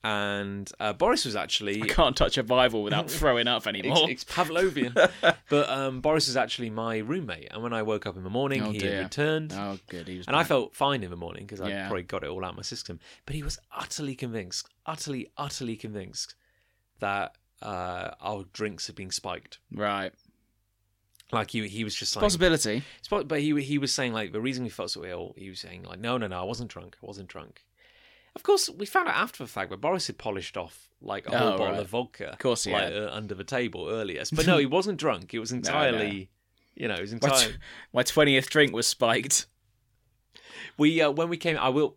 Speaker 2: and uh, Boris was actually
Speaker 1: I can't touch a Bible without throwing up anymore.
Speaker 2: it's, it's Pavlovian. but um, Boris was actually my roommate, and when I woke up in the morning,
Speaker 1: Oh,
Speaker 2: he
Speaker 1: dear.
Speaker 2: had returned.
Speaker 1: oh, good. He was
Speaker 2: And I
Speaker 1: back.
Speaker 2: felt fine in the morning because I
Speaker 1: Yeah.
Speaker 2: probably got it all out of my system. But he was utterly convinced, utterly, utterly convinced that uh, our drinks had been spiked.
Speaker 1: right
Speaker 2: Like he, he was just like,
Speaker 1: possibility.
Speaker 2: It's prob- But he he was saying like the reason we felt so ill. He was saying like no no no I wasn't drunk I wasn't drunk. Of course we found out after the fact, but Boris had polished off like a whole
Speaker 1: Oh,
Speaker 2: bottle
Speaker 1: right.
Speaker 2: of vodka, of
Speaker 1: course he
Speaker 2: like,
Speaker 1: had.
Speaker 2: uh, under the table earlier. But no, he wasn't drunk. It was entirely, you know, it was
Speaker 1: My
Speaker 2: entirely.
Speaker 1: t- My twentieth drink was spiked.
Speaker 2: We uh, when we came, I will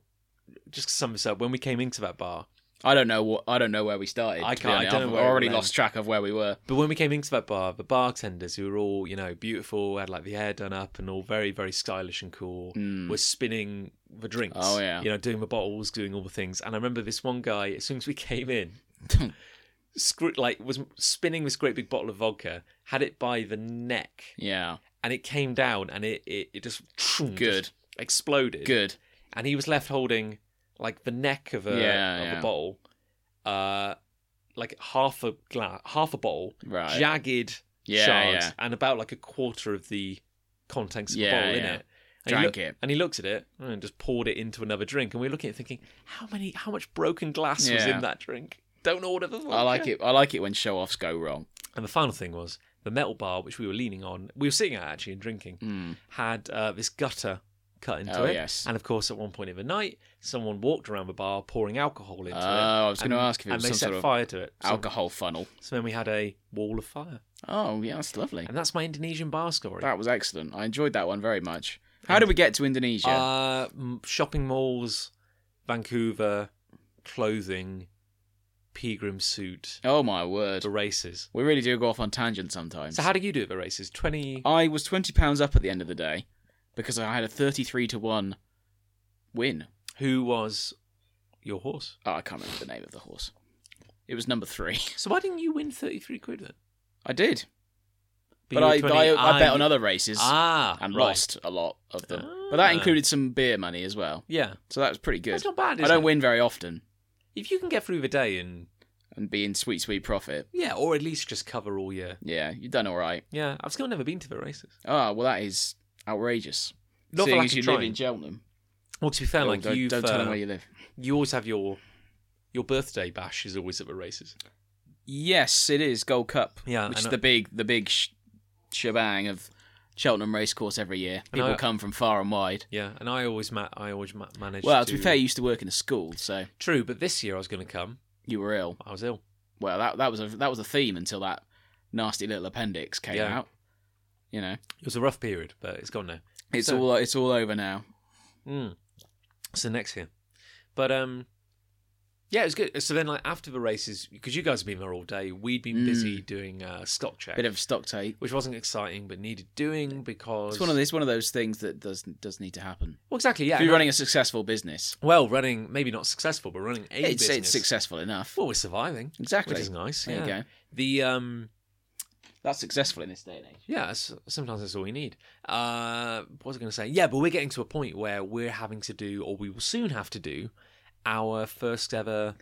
Speaker 2: just to sum this up. When we came into that bar,
Speaker 1: I don't know what. I don't know where we started.
Speaker 2: I
Speaker 1: to be
Speaker 2: can't- I
Speaker 1: honest.
Speaker 2: don't
Speaker 1: I've
Speaker 2: know where it
Speaker 1: already
Speaker 2: will
Speaker 1: lost track of where we were.
Speaker 2: But when we came into that bar, the bartenders who were all, you know, beautiful, had like the hair done up and all very, very stylish and cool,
Speaker 1: Mm.
Speaker 2: were spinning the drinks.
Speaker 1: Oh, yeah.
Speaker 2: You know, doing the bottles, doing all the things. And I remember this one guy, as soon as we came in, screw, like was spinning this great big bottle of vodka, had it by the neck,
Speaker 1: Yeah,
Speaker 2: and it came down and it, it, it just, just
Speaker 1: Good.
Speaker 2: exploded.
Speaker 1: good.
Speaker 2: And he was left holding like the neck of a,
Speaker 1: Yeah,
Speaker 2: of
Speaker 1: yeah.
Speaker 2: a bottle, uh, like half a gla- half a bottle,
Speaker 1: Right.
Speaker 2: jagged
Speaker 1: yeah,
Speaker 2: shards
Speaker 1: yeah.
Speaker 2: and about like a quarter of the contents of the
Speaker 1: Yeah,
Speaker 2: bottle in
Speaker 1: yeah.
Speaker 2: it. And he,
Speaker 1: Drank
Speaker 2: loo-
Speaker 1: it.
Speaker 2: and he looked at it and just poured it into another drink. And we were looking at it thinking, how many, how much broken glass was
Speaker 1: Yeah.
Speaker 2: in that drink? Don't order the vodka.
Speaker 1: I like it. I like it when show offs go wrong.
Speaker 2: And the final thing was the metal bar, which we were leaning on, we were sitting at actually and drinking,
Speaker 1: Mm.
Speaker 2: had uh, this gutter cut into
Speaker 1: Oh,
Speaker 2: it.
Speaker 1: yes.
Speaker 2: And of course, at one point in the night, someone walked around the bar pouring alcohol into
Speaker 1: Oh,
Speaker 2: it.
Speaker 1: I was going to
Speaker 2: And-
Speaker 1: ask if it
Speaker 2: And
Speaker 1: was
Speaker 2: they
Speaker 1: some
Speaker 2: set
Speaker 1: sort of
Speaker 2: fire to it. So,
Speaker 1: alcohol funnel.
Speaker 2: so then we had a wall of fire.
Speaker 1: Oh, yeah, that's lovely.
Speaker 2: And that's my Indonesian bar story.
Speaker 1: That was excellent. I enjoyed that one very much. How did we get to Indonesia?
Speaker 2: Uh, m- shopping malls, Vancouver, clothing, pilgrim suit,
Speaker 1: oh my word.
Speaker 2: the races.
Speaker 1: We really do go off on tangents sometimes.
Speaker 2: So how do you do at the races? Twenty.
Speaker 1: I was twenty pounds up at the end of the day because I had a thirty-three to one win.
Speaker 2: Who was your horse?
Speaker 1: Oh, I can't remember the name of the horse. It was number three.
Speaker 2: So why didn't you win thirty-three quid then?
Speaker 1: I did,
Speaker 2: you
Speaker 1: but
Speaker 2: were
Speaker 1: I,
Speaker 2: 20
Speaker 1: I, I
Speaker 2: ah,
Speaker 1: bet
Speaker 2: you-
Speaker 1: on other races
Speaker 2: Ah,
Speaker 1: and
Speaker 2: right.
Speaker 1: lost a lot of them. But that
Speaker 2: Ah.
Speaker 1: included some beer money as well,
Speaker 2: Yeah,
Speaker 1: so that was pretty good.
Speaker 2: that's not bad.
Speaker 1: I
Speaker 2: is
Speaker 1: don't
Speaker 2: it?
Speaker 1: win very often
Speaker 2: If you can get through the day and
Speaker 1: and be in sweet, sweet profit.
Speaker 2: yeah, or at least just cover all year.
Speaker 1: Yeah, you've done all right.
Speaker 2: Yeah, I've still never been to the races.
Speaker 1: Oh, well, that is outrageous.
Speaker 2: Not for
Speaker 1: Seeing
Speaker 2: lack
Speaker 1: as
Speaker 2: of
Speaker 1: you live
Speaker 2: trying.
Speaker 1: in Cheltenham.
Speaker 2: Well, to be fair,
Speaker 1: Oh,
Speaker 2: like
Speaker 1: don't,
Speaker 2: you've
Speaker 1: don't tell them
Speaker 2: uh,
Speaker 1: where you live.
Speaker 2: you always have your Your birthday bash is always at the races.
Speaker 1: Yes, it is Gold Cup.
Speaker 2: Yeah,
Speaker 1: which
Speaker 2: I
Speaker 1: is
Speaker 2: know.
Speaker 1: the big the big sh- shebang of Cheltenham Racecourse every year.
Speaker 2: I know.
Speaker 1: People come from far and wide.
Speaker 2: Yeah, and I always ma- I always ma- manage.
Speaker 1: Well, to be fair, you used to work in a school, so
Speaker 2: true. But this year I was going to come.
Speaker 1: you were ill.
Speaker 2: I was ill.
Speaker 1: Well, that that was a that was a theme until that nasty little appendix came
Speaker 2: Yeah.
Speaker 1: out. You know,
Speaker 2: It was a rough period, but it's gone now.
Speaker 1: it's
Speaker 2: So-
Speaker 1: all it's all over now.
Speaker 2: Mm. So next year, but um, yeah, it was good. So then, like after the races, because you guys have been there all day, we'd been
Speaker 1: Mm.
Speaker 2: busy doing uh, stock check,
Speaker 1: Bit of stock take.
Speaker 2: which wasn't exciting but needed doing because
Speaker 1: It's one of it's one of those things that does does need to happen.
Speaker 2: well, exactly yeah.
Speaker 1: if you're
Speaker 2: and-
Speaker 1: running a successful business,
Speaker 2: well, running maybe not successful, but running a
Speaker 1: it's,
Speaker 2: business.
Speaker 1: it's successful enough.
Speaker 2: Well, we're surviving,
Speaker 1: exactly.
Speaker 2: which is nice.
Speaker 1: there
Speaker 2: yeah.
Speaker 1: you go.
Speaker 2: The um,
Speaker 1: That's successful in this day and age.
Speaker 2: Yeah, s- sometimes that's all you need. Uh, what was I going to say? Yeah, but we're getting to a point where we're having to do, or we will soon have to do, our first ever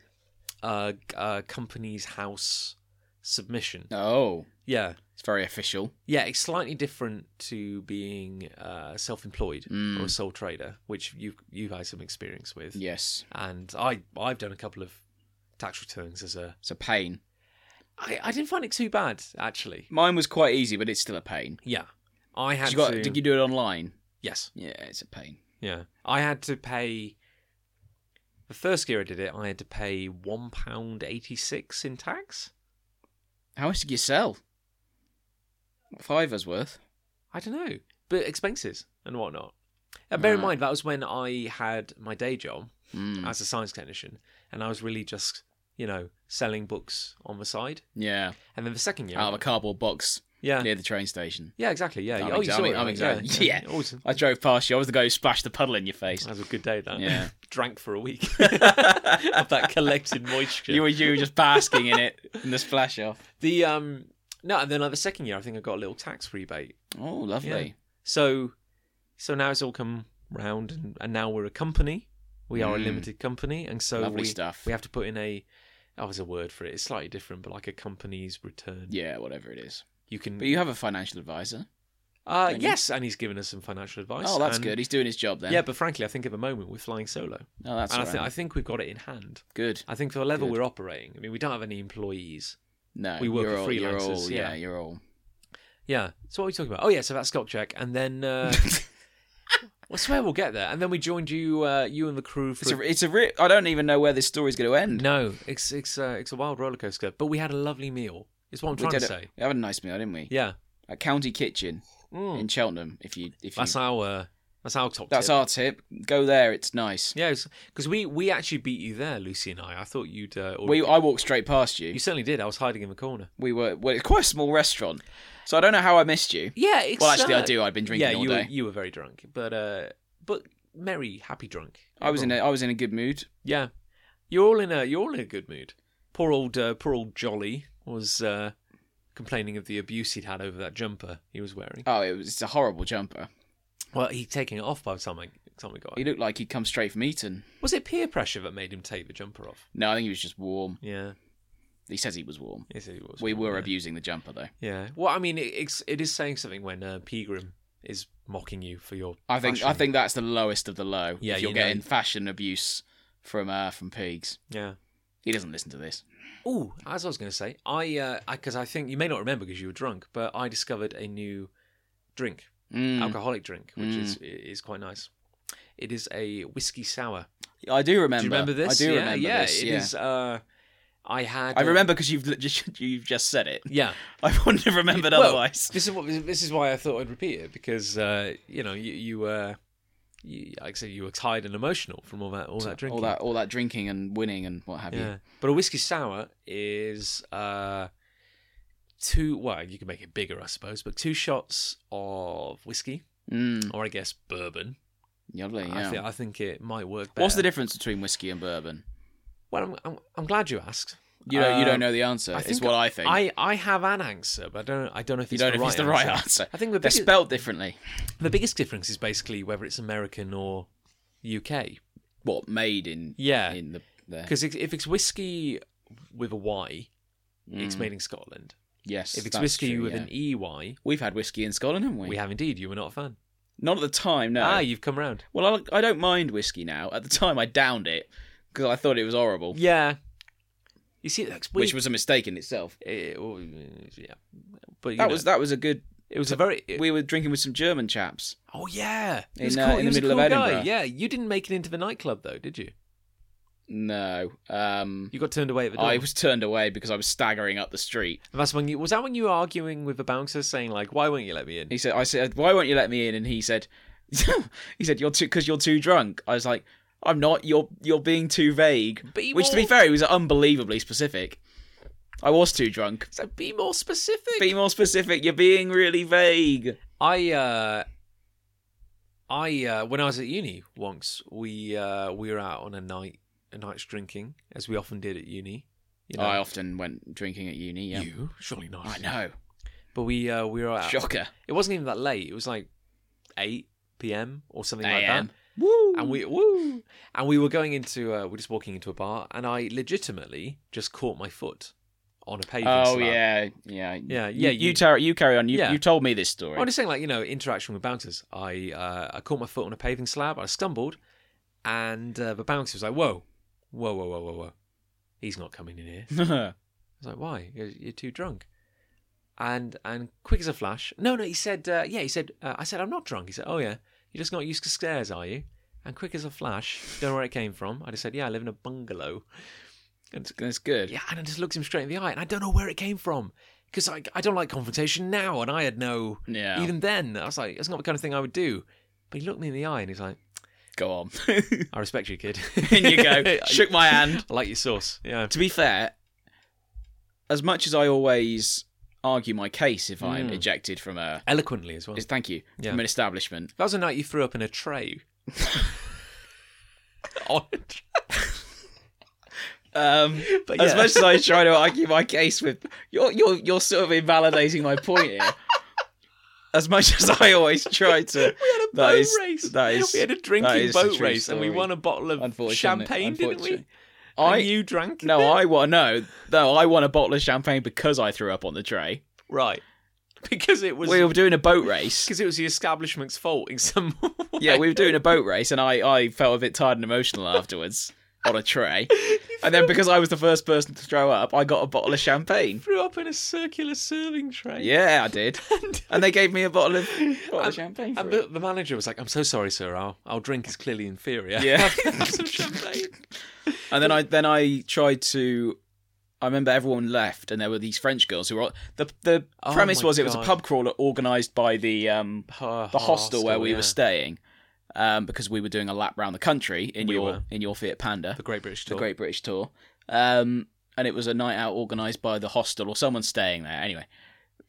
Speaker 2: uh, g- uh, company's house submission.
Speaker 1: Oh,
Speaker 2: Yeah,
Speaker 1: it's very official.
Speaker 2: yeah, it's slightly different to being uh, self-employed
Speaker 1: Mm.
Speaker 2: or a sole trader, which you you guys have experience with,
Speaker 1: Yes,
Speaker 2: and I I've done a couple of tax returns as a.
Speaker 1: it's a pain.
Speaker 2: I, I didn't find it too bad actually.
Speaker 1: Mine was quite easy, but it's still a pain.
Speaker 2: Yeah, I had
Speaker 1: You got,
Speaker 2: to.
Speaker 1: Mm. Did you do it online?
Speaker 2: Yes.
Speaker 1: Yeah, it's a pain.
Speaker 2: Yeah. I had to pay the first year I did it, I had to pay one pound eighty six in tax.
Speaker 1: How much did you sell? Fivers worth.
Speaker 2: I don't know. But expenses and whatnot. And bear in
Speaker 1: Right.
Speaker 2: mind that was when I had my day job
Speaker 1: Mm,
Speaker 2: as a science technician and I was really just, you know, selling books on the side.
Speaker 1: yeah,
Speaker 2: And then the second year
Speaker 1: out of a cardboard box
Speaker 2: Yeah.
Speaker 1: near the train station.
Speaker 2: Yeah, exactly. Yeah.
Speaker 1: I'm
Speaker 2: oh, you
Speaker 1: exa-
Speaker 2: saw
Speaker 1: I'm
Speaker 2: it. right?
Speaker 1: exa-
Speaker 2: Yeah.
Speaker 1: yeah.
Speaker 2: Awesome.
Speaker 1: I drove past you. I was the guy who splashed the puddle in your face.
Speaker 2: That was a good day that.
Speaker 1: Yeah.
Speaker 2: Drank for a week of that collected moisture.
Speaker 1: You were you were just basking in it in the splash off.
Speaker 2: The um no, and then like the second year I think I got a little tax rebate.
Speaker 1: Oh, lovely.
Speaker 2: So, so now it's all come round, and, and now we're a company. We are a
Speaker 1: Mm. limited
Speaker 2: limited company, and so
Speaker 1: Lovely
Speaker 2: we,
Speaker 1: stuff.
Speaker 2: we have to put in a. Oh, there's a word for it. It's slightly different, but like a company's return.
Speaker 1: Yeah, whatever it is.
Speaker 2: You can.
Speaker 1: But you have a financial advisor.
Speaker 2: uh,
Speaker 1: don't you?
Speaker 2: yes, and he's given us some financial advice.
Speaker 1: Oh, that's
Speaker 2: and-
Speaker 1: good. He's doing his job then.
Speaker 2: Yeah, but frankly, I think at the moment we're flying solo,
Speaker 1: Oh, that's
Speaker 2: and
Speaker 1: all
Speaker 2: I, think I
Speaker 1: right.
Speaker 2: think we've got it in hand.
Speaker 1: good.
Speaker 2: I think for the level
Speaker 1: Good.
Speaker 2: we're operating, I mean, we don't have any employees.
Speaker 1: No,
Speaker 2: we work
Speaker 1: you're
Speaker 2: with
Speaker 1: all, you're
Speaker 2: freelancers,
Speaker 1: all- yeah.
Speaker 2: yeah.
Speaker 1: you're all.
Speaker 2: Yeah. So what are we talking about? Oh yeah, so that's stock check, and then. Uh, I swear we'll get there, and then we joined you, uh, you and the crew for
Speaker 1: It's a, it's a re- I don't even know where this story's going to end.
Speaker 2: No, it's it's uh, it's a wild roller coaster. But we had a lovely meal. Is what I'm
Speaker 1: we
Speaker 2: trying to
Speaker 1: did it-
Speaker 2: say.
Speaker 1: we had a nice meal, didn't we?
Speaker 2: Yeah,
Speaker 1: At County Kitchen
Speaker 2: Mm.
Speaker 1: in Cheltenham. If you, if you,
Speaker 2: that's
Speaker 1: that's,
Speaker 2: our uh, that's our top. tip.
Speaker 1: our tip. Go there. It's nice.
Speaker 2: Yeah, because we we actually beat you there, Lucy and I. I thought you'd. Uh, already-
Speaker 1: We, I walked straight past you.
Speaker 2: you certainly did. I was hiding in the corner.
Speaker 1: We were well, it's quite a small restaurant, so I don't know how I missed you.
Speaker 2: Yeah, it's, uh,
Speaker 1: Well, actually, I do. I'd been drinking
Speaker 2: yeah,
Speaker 1: all
Speaker 2: you
Speaker 1: day.
Speaker 2: were you were very drunk, but uh, but merry, happy drunk.
Speaker 1: I was in. A, I was in a good mood.
Speaker 2: Yeah, you're all in a you're all in a good mood. Poor old uh, poor old Jolly was uh, complaining of the abuse he'd had over that jumper he was wearing.
Speaker 1: Oh, it was it's a horrible jumper.
Speaker 2: Well, he'd taken it off by the time I, time we got.
Speaker 1: He looked like he'd come straight from Eton.
Speaker 2: Was it peer pressure that made him take the jumper off?
Speaker 1: No, I think he was just warm.
Speaker 2: Yeah,
Speaker 1: He says he was warm.
Speaker 2: yes, it was.
Speaker 1: We were
Speaker 2: yeah.
Speaker 1: abusing the jumper though.
Speaker 2: Yeah. Well, I mean, it, it's it is saying something when uh, Pegram is mocking you for your.
Speaker 1: I think. I
Speaker 2: fashion.
Speaker 1: think that's the lowest of the low.
Speaker 2: Yeah,
Speaker 1: if you're
Speaker 2: you know.
Speaker 1: getting fashion abuse from uh, from Pigs.
Speaker 2: Yeah.
Speaker 1: He doesn't listen to this.
Speaker 2: Oh, as I was going to say, I uh, I, because I think you may not remember because you were drunk, but I discovered a new drink,
Speaker 1: Mm.
Speaker 2: alcoholic drink, which is is quite nice. It is a whiskey sour.
Speaker 1: I do remember.
Speaker 2: Do you remember this?
Speaker 1: I do
Speaker 2: yeah,
Speaker 1: remember
Speaker 2: yeah,
Speaker 1: this.
Speaker 2: It
Speaker 1: yeah.
Speaker 2: is, Uh, I had.
Speaker 1: I
Speaker 2: uh,
Speaker 1: remember because you've li- just you've just said it.
Speaker 2: Yeah.
Speaker 1: I wouldn't have remembered
Speaker 2: Well,
Speaker 1: otherwise.
Speaker 2: This is what this is why I thought I'd repeat it because uh, you know you you were you, like I said you were tired and emotional from all that all that drinking.
Speaker 1: All that all that drinking and winning and what have you.
Speaker 2: yeah. But a whiskey sour is uh, two. Well, you can make it bigger, I suppose, but two shots of whiskey
Speaker 1: Mm,
Speaker 2: or I guess bourbon.
Speaker 1: lovely.
Speaker 2: I,
Speaker 1: Yeah.
Speaker 2: think, I think it might work. Better.
Speaker 1: What's the difference between whiskey and bourbon?
Speaker 2: Well, I'm, I'm I'm glad you asked.
Speaker 1: You don't, you
Speaker 2: Um,
Speaker 1: don't know the answer.
Speaker 2: I
Speaker 1: It's
Speaker 2: think
Speaker 1: what I think.
Speaker 2: I, I have an answer, but I don't I don't know if
Speaker 1: you
Speaker 2: it's
Speaker 1: don't
Speaker 2: the
Speaker 1: know if
Speaker 2: right
Speaker 1: it's the right
Speaker 2: answer.
Speaker 1: answer.
Speaker 2: I think the
Speaker 1: They're
Speaker 2: biggest,
Speaker 1: spelled differently.
Speaker 2: the biggest difference is basically whether it's American or UK.
Speaker 1: What made in
Speaker 2: Yeah,
Speaker 1: in the there?
Speaker 2: Because if it's whiskey with a Y, it's
Speaker 1: Mm,
Speaker 2: made in Scotland.
Speaker 1: Yes.
Speaker 2: If it's
Speaker 1: that's
Speaker 2: whiskey
Speaker 1: true,
Speaker 2: with
Speaker 1: yeah.
Speaker 2: an EY,
Speaker 1: We've had whiskey in Scotland, haven't we?
Speaker 2: we have indeed. You were not a fan.
Speaker 1: Not at the time, no.
Speaker 2: Ah, you've come round.
Speaker 1: Well, I, I don't mind whiskey now. At the time, I downed it because I thought it was horrible,
Speaker 2: Yeah. You see, that's weird.
Speaker 1: which was a mistake in itself.
Speaker 2: It- oh, yeah. But you
Speaker 1: That
Speaker 2: know,
Speaker 1: was that was a good.
Speaker 2: it was a very. it-
Speaker 1: We were drinking with some German chaps.
Speaker 2: oh, yeah. He was
Speaker 1: In, uh, in
Speaker 2: cool. he
Speaker 1: the
Speaker 2: was
Speaker 1: middle
Speaker 2: a
Speaker 1: of
Speaker 2: cool Guy.
Speaker 1: Edinburgh.
Speaker 2: Yeah. You didn't make it into the nightclub, though, did you?
Speaker 1: No, um,
Speaker 2: You got turned away at the door.
Speaker 1: I was turned away because I was staggering up the street.
Speaker 2: And that's when you was that when you were arguing with the bouncer saying like, why won't you let me in?
Speaker 1: He said, "I said, why won't you let me in?" And he said, "He said you're too because you're too drunk." I was like, "I'm not. You're you're being too vague."
Speaker 2: Be
Speaker 1: Which, to be
Speaker 2: more-
Speaker 1: fair, he was unbelievably specific. I was too drunk.
Speaker 2: So be more specific.
Speaker 1: Be more specific. You're being really vague.
Speaker 2: I uh I uh when I was at uni once we uh we were out on a night a night's drinking, as we often did at uni. You know,
Speaker 1: I often went drinking at uni. Yeah,
Speaker 2: you surely not.
Speaker 1: I know.
Speaker 2: But we uh we were out
Speaker 1: Shocker.
Speaker 2: it wasn't even that late, it was like eight PM or something like that.
Speaker 1: A.M. Woo.
Speaker 2: and we woo, and we were going into uh, we're just walking into a bar, and I legitimately just caught my foot on a paving
Speaker 1: Oh
Speaker 2: slab.
Speaker 1: yeah, yeah,
Speaker 2: Yeah,
Speaker 1: You,
Speaker 2: yeah,
Speaker 1: you,
Speaker 2: you-
Speaker 1: tar- you carry on. You
Speaker 2: Yeah.
Speaker 1: you told me this story.
Speaker 2: I'm just saying, like you know, interaction with bouncers. I uh, I caught my foot on a paving slab. I stumbled, and uh, the bouncer was like, "Whoa, whoa, whoa, whoa, whoa, whoa! He's not coming in here." I was like, "Why? You're, you're too drunk." And and quick as a flash, no, no. He said, uh, "Yeah." He said, uh, "I said I'm not drunk." He said, "Oh yeah, you're just not used to stairs, are you?" And quick as a flash, don't know where it came from. I just said, "Yeah, I live in a bungalow."
Speaker 1: That's good.
Speaker 2: Yeah, and I just looked him straight in the eye, and I don't know where it came from because I, I don't like confrontation now, and I had no.
Speaker 1: Yeah.
Speaker 2: Even then, I was like, that's not the kind of thing I would do. But he looked me in the eye, and he's like,
Speaker 1: Go on.
Speaker 2: I respect you, kid.
Speaker 1: in you go. Shook my hand.
Speaker 2: I like your sauce. Yeah.
Speaker 1: To be fair, as much as I always argue my case if I'm
Speaker 2: Mm.
Speaker 1: ejected from a
Speaker 2: Eloquently as well.
Speaker 1: is- thank you
Speaker 2: Yeah.
Speaker 1: from an establishment,
Speaker 2: That was a night you threw up in a tray. On a tray.
Speaker 1: um,
Speaker 2: But
Speaker 1: as
Speaker 2: yeah.
Speaker 1: much as I try to argue my case with you're you're you're sort of invalidating my point here. As much as I always try to,
Speaker 2: we had a
Speaker 1: that
Speaker 2: boat
Speaker 1: is-
Speaker 2: race.
Speaker 1: that is-
Speaker 2: we had a
Speaker 1: that
Speaker 2: drinking
Speaker 1: is the
Speaker 2: boat
Speaker 1: true
Speaker 2: race, and we
Speaker 1: story.
Speaker 2: won a bottle of
Speaker 1: unfortunately,
Speaker 2: champagne, didn't we?
Speaker 1: unfortunately. I
Speaker 2: and you drank.
Speaker 1: no,
Speaker 2: it?
Speaker 1: I want no, no, I want a bottle of champagne because I threw up on the tray.
Speaker 2: right because it was
Speaker 1: We were doing a boat race.
Speaker 2: because it was the establishment's fault in some way.
Speaker 1: Yeah, we were doing a boat race, and I, I felt a bit tired and emotional afterwards on a tray. And then because I was the first person to throw up, I got a bottle of champagne.
Speaker 2: threw up in a circular serving tray.
Speaker 1: Yeah, I did.
Speaker 2: And,
Speaker 1: And they gave me a bottle of, bottle
Speaker 2: And-
Speaker 1: of champagne. For
Speaker 2: and
Speaker 1: it.
Speaker 2: the, the manager was like, "I'm so sorry, sir. Our our drink is clearly inferior.
Speaker 1: Yeah.
Speaker 2: have some champagne."
Speaker 1: And then I then I tried to. I remember everyone left, and there were these French girls who were the the
Speaker 2: Oh
Speaker 1: premise
Speaker 2: my
Speaker 1: was it was a
Speaker 2: God.
Speaker 1: pub crawler organised by the um the hostel, where we
Speaker 2: yeah.
Speaker 1: were staying, um because we were doing a lap round the country in
Speaker 2: We
Speaker 1: your
Speaker 2: were.
Speaker 1: in your Fiat Panda.
Speaker 2: The Great British
Speaker 1: the
Speaker 2: Tour.
Speaker 1: Great British Tour. Um, and it was a night out organised by the hostel or someone staying there. Anyway,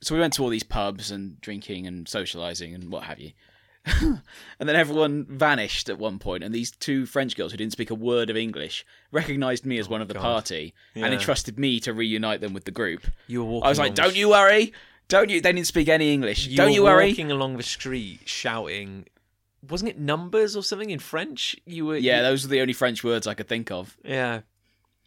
Speaker 1: so we went to all these pubs and drinking and socialising and what have you. and then everyone vanished at one point, and these two French girls who didn't speak a word of English recognised me as one of the
Speaker 2: Oh, God.
Speaker 1: party and
Speaker 2: Yeah.
Speaker 1: entrusted me to reunite them with the group.
Speaker 2: You were walking.
Speaker 1: I was like,
Speaker 2: along
Speaker 1: "Don't
Speaker 2: the
Speaker 1: you worry, don't you." They didn't speak any English.
Speaker 2: sh- you
Speaker 1: don't
Speaker 2: were
Speaker 1: you worry.
Speaker 2: Walking along the street, shouting. Wasn't it numbers or something in French? You were.
Speaker 1: Yeah,
Speaker 2: you-
Speaker 1: those were the only French words I could think of.
Speaker 2: yeah.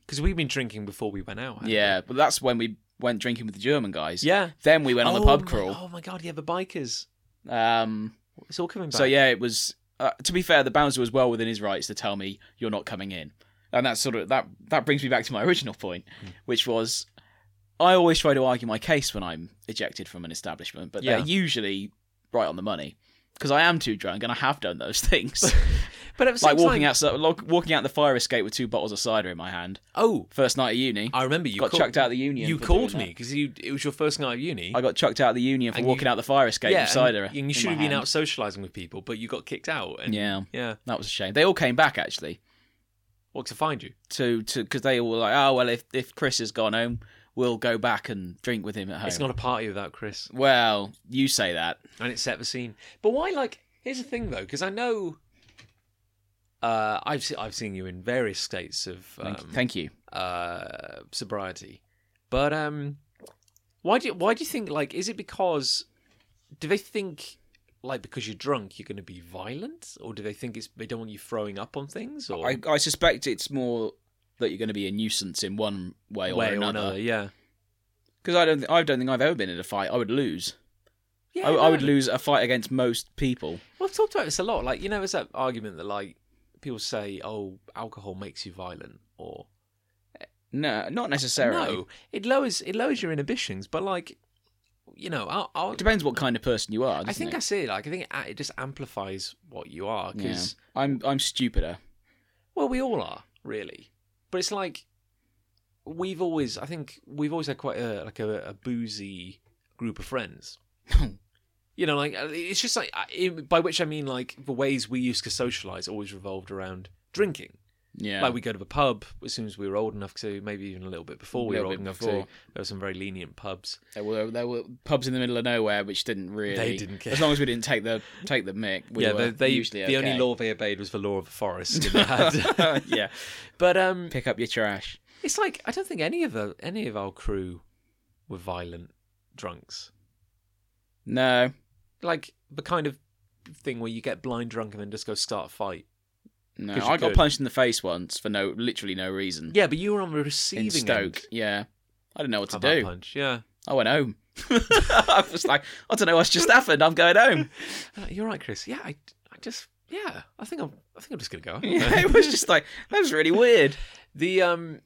Speaker 2: Because we've been drinking before we went out. hadn't we?
Speaker 1: Yeah, but that's when we went drinking with the German guys.
Speaker 2: Yeah.
Speaker 1: Then we went on the
Speaker 2: Oh
Speaker 1: pub
Speaker 2: my-
Speaker 1: crawl.
Speaker 2: Oh my god! Yeah, the bikers.
Speaker 1: Um,
Speaker 2: It's all coming back.
Speaker 1: so yeah, it was. Uh, to be fair, the bouncer was well within his rights to tell me you're not coming in, and that sort of that that brings me back to my original point,
Speaker 2: Hmm.
Speaker 1: which was I always try to argue my case when I'm ejected from an establishment, but
Speaker 2: Yeah.
Speaker 1: they're usually right on the money because I am too drunk and I have done those things,
Speaker 2: but it was
Speaker 1: like walking outside, lo- walking out the fire escape with two bottles of cider in my hand,
Speaker 2: Oh,
Speaker 1: first night at uni.
Speaker 2: I remember you
Speaker 1: got
Speaker 2: called-
Speaker 1: chucked out of the union.
Speaker 2: You
Speaker 1: for
Speaker 2: called
Speaker 1: doing
Speaker 2: me because you it was your first night of uni.
Speaker 1: that. I got chucked out of the union for
Speaker 2: And you-
Speaker 1: walking out the fire escape
Speaker 2: yeah,
Speaker 1: with cider.
Speaker 2: and, and you
Speaker 1: in
Speaker 2: should
Speaker 1: my
Speaker 2: have been
Speaker 1: hand.
Speaker 2: out socializing with people, but you got kicked out. And
Speaker 1: Yeah,
Speaker 2: yeah.
Speaker 1: that was a shame. They all came back actually.
Speaker 2: What to find you?
Speaker 1: to to because they all were like, oh well, if if Chris has gone home, we'll go back and drink with him at home.
Speaker 2: It's not a party without Chris,
Speaker 1: well, you say that.
Speaker 2: and it set the scene. But why? Like, here's the thing though, because I know. Uh, I've se- I've seen you in various states of um,
Speaker 1: Thank, thank you.
Speaker 2: uh, sobriety, but um, why do you, why do you think like is it because do they think like because you're drunk you're going to be violent or do they think it's they don't want you throwing up on things or
Speaker 1: I, I suspect it's more that you're going to be a nuisance in one way or
Speaker 2: way
Speaker 1: another.
Speaker 2: yeah
Speaker 1: Because I don't th- I don't think I've ever been in a fight. I would lose.
Speaker 2: yeah
Speaker 1: I, I would
Speaker 2: no.
Speaker 1: lose a fight against most people.
Speaker 2: Well, I've talked about this a lot. Like, you know, it's that argument that like people say, "Oh, alcohol makes you violent," or
Speaker 1: No, not necessarily.
Speaker 2: no, it lowers it lowers your inhibitions. But like, you know, I'll, I'll,
Speaker 1: It depends what kind of person you are.
Speaker 2: I
Speaker 1: doesn't
Speaker 2: think
Speaker 1: it?
Speaker 2: that's it. Like, I think it, a- it just amplifies what you are
Speaker 1: yeah.
Speaker 2: because
Speaker 1: I'm I'm stupider.
Speaker 2: well, we all are really. But it's like we've always, I think we've always had quite a like a, a boozy group of friends. you know, like uh, it's just like I- it, by which I mean like the ways we used to socialize always revolved around drinking.
Speaker 1: Yeah.
Speaker 2: Like we go to the pub as soon as we were old enough to, maybe even a little bit before we were
Speaker 1: Little
Speaker 2: old
Speaker 1: bit
Speaker 2: enough
Speaker 1: before.
Speaker 2: to. There were some very lenient pubs.
Speaker 1: There were there were pubs in the middle of nowhere which didn't really
Speaker 2: They didn't care.
Speaker 1: As long as we didn't take the take the mick, we
Speaker 2: yeah,
Speaker 1: were
Speaker 2: they, they
Speaker 1: usually
Speaker 2: the only
Speaker 1: okay.
Speaker 2: law they obeyed was the law of the forest. and they had-
Speaker 1: yeah,
Speaker 2: but um,
Speaker 1: pick up your trash.
Speaker 2: it's like I don't think any of the, any of our crew were violent drunks.
Speaker 1: No,
Speaker 2: Like the kind of thing where you get blind drunk and then just go start a fight.
Speaker 1: no.
Speaker 2: 'Cause you
Speaker 1: I got
Speaker 2: could.
Speaker 1: punched in the face once for no literally no reason.
Speaker 2: Yeah, but you were on the
Speaker 1: in
Speaker 2: receiving
Speaker 1: Stoke.
Speaker 2: end
Speaker 1: Yeah, I didn't know what to
Speaker 2: of that
Speaker 1: do.
Speaker 2: punch. Yeah.
Speaker 1: I went home. I was like, I don't know what's just happened. I'm going home.
Speaker 2: Uh, You're right, Chris. Yeah, I, I just, yeah, I think I'm, I think I'm just gonna go.
Speaker 1: Yeah, it was just like that was really weird.
Speaker 2: the um,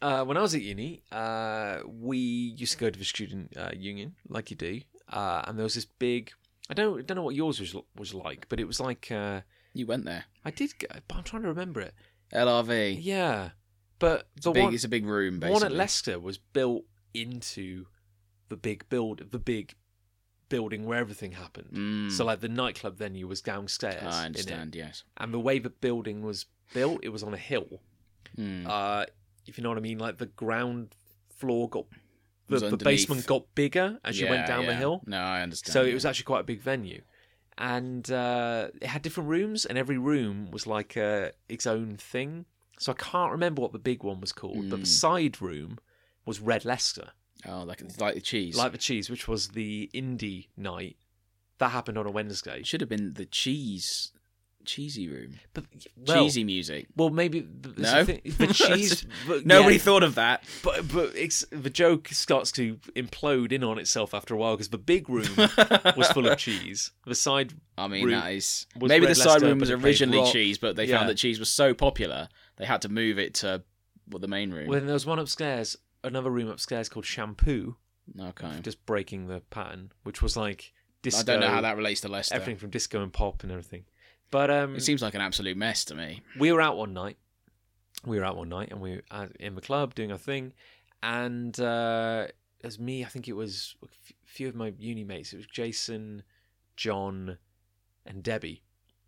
Speaker 2: uh, when I was at uni, uh, we used to go to the student uh, union, like you do, uh, and there was this big. I don't, don't know what yours was was like, but it was like uh,
Speaker 1: You went there.
Speaker 2: I did, go, but I'm trying to remember it.
Speaker 1: LRV.
Speaker 2: Yeah, but the
Speaker 1: big,
Speaker 2: one,
Speaker 1: it's a big room.
Speaker 2: the
Speaker 1: Basically.
Speaker 2: one at Leicester was built into the big build, the big building where everything happened.
Speaker 1: Mm,
Speaker 2: So like the nightclub venue was downstairs. in
Speaker 1: I
Speaker 2: it.
Speaker 1: understand. Yes.
Speaker 2: and the way the building was built, it was on a hill.
Speaker 1: Mm.
Speaker 2: Uh, if you know what I mean, like the ground floor got the,
Speaker 1: was
Speaker 2: the
Speaker 1: underneath.
Speaker 2: basement got bigger as you went
Speaker 1: Yeah,
Speaker 2: down the
Speaker 1: yeah.
Speaker 2: hill.
Speaker 1: No, I understand.
Speaker 2: So it
Speaker 1: yeah.
Speaker 2: was actually quite a big venue, and uh, it had different rooms, and every room was like uh, its own thing. So I can't remember what the big one was called, but the
Speaker 1: Mm.
Speaker 2: side room was Red Leicester,
Speaker 1: Oh, like it's like the cheese.
Speaker 2: like the cheese, which was the indie night that happened on a Wednesday.
Speaker 1: it should have been the cheese, cheesy room,
Speaker 2: But well,
Speaker 1: cheesy music.
Speaker 2: Well, maybe the,
Speaker 1: No.
Speaker 2: the, the cheese. but-
Speaker 1: Nobody
Speaker 2: yeah.
Speaker 1: thought of that.
Speaker 2: But but it's the joke starts to implode in on itself after a while because the big room was full of cheese. The side,
Speaker 1: I mean,
Speaker 2: room
Speaker 1: that is
Speaker 2: was
Speaker 1: maybe
Speaker 2: Red
Speaker 1: the side
Speaker 2: Leicester,
Speaker 1: room
Speaker 2: but
Speaker 1: was
Speaker 2: it played
Speaker 1: originally
Speaker 2: rock.
Speaker 1: cheese, but they
Speaker 2: Yeah.
Speaker 1: found that cheese was so popular they had to move it to well, the main room.
Speaker 2: well, then there was one upstairs, another room upstairs called Shampoo,
Speaker 1: okay,
Speaker 2: just breaking the pattern, which was like disco.
Speaker 1: Oh, I don't know how that relates to Leicester.
Speaker 2: everything from disco and pop and everything. But um,
Speaker 1: It seems like an absolute mess to me.
Speaker 2: we were out one night. We were out one night and we were at- in the club doing our thing. And uh, as me, I think it was a f- few of my uni mates. It was Jason, John, and Debbie.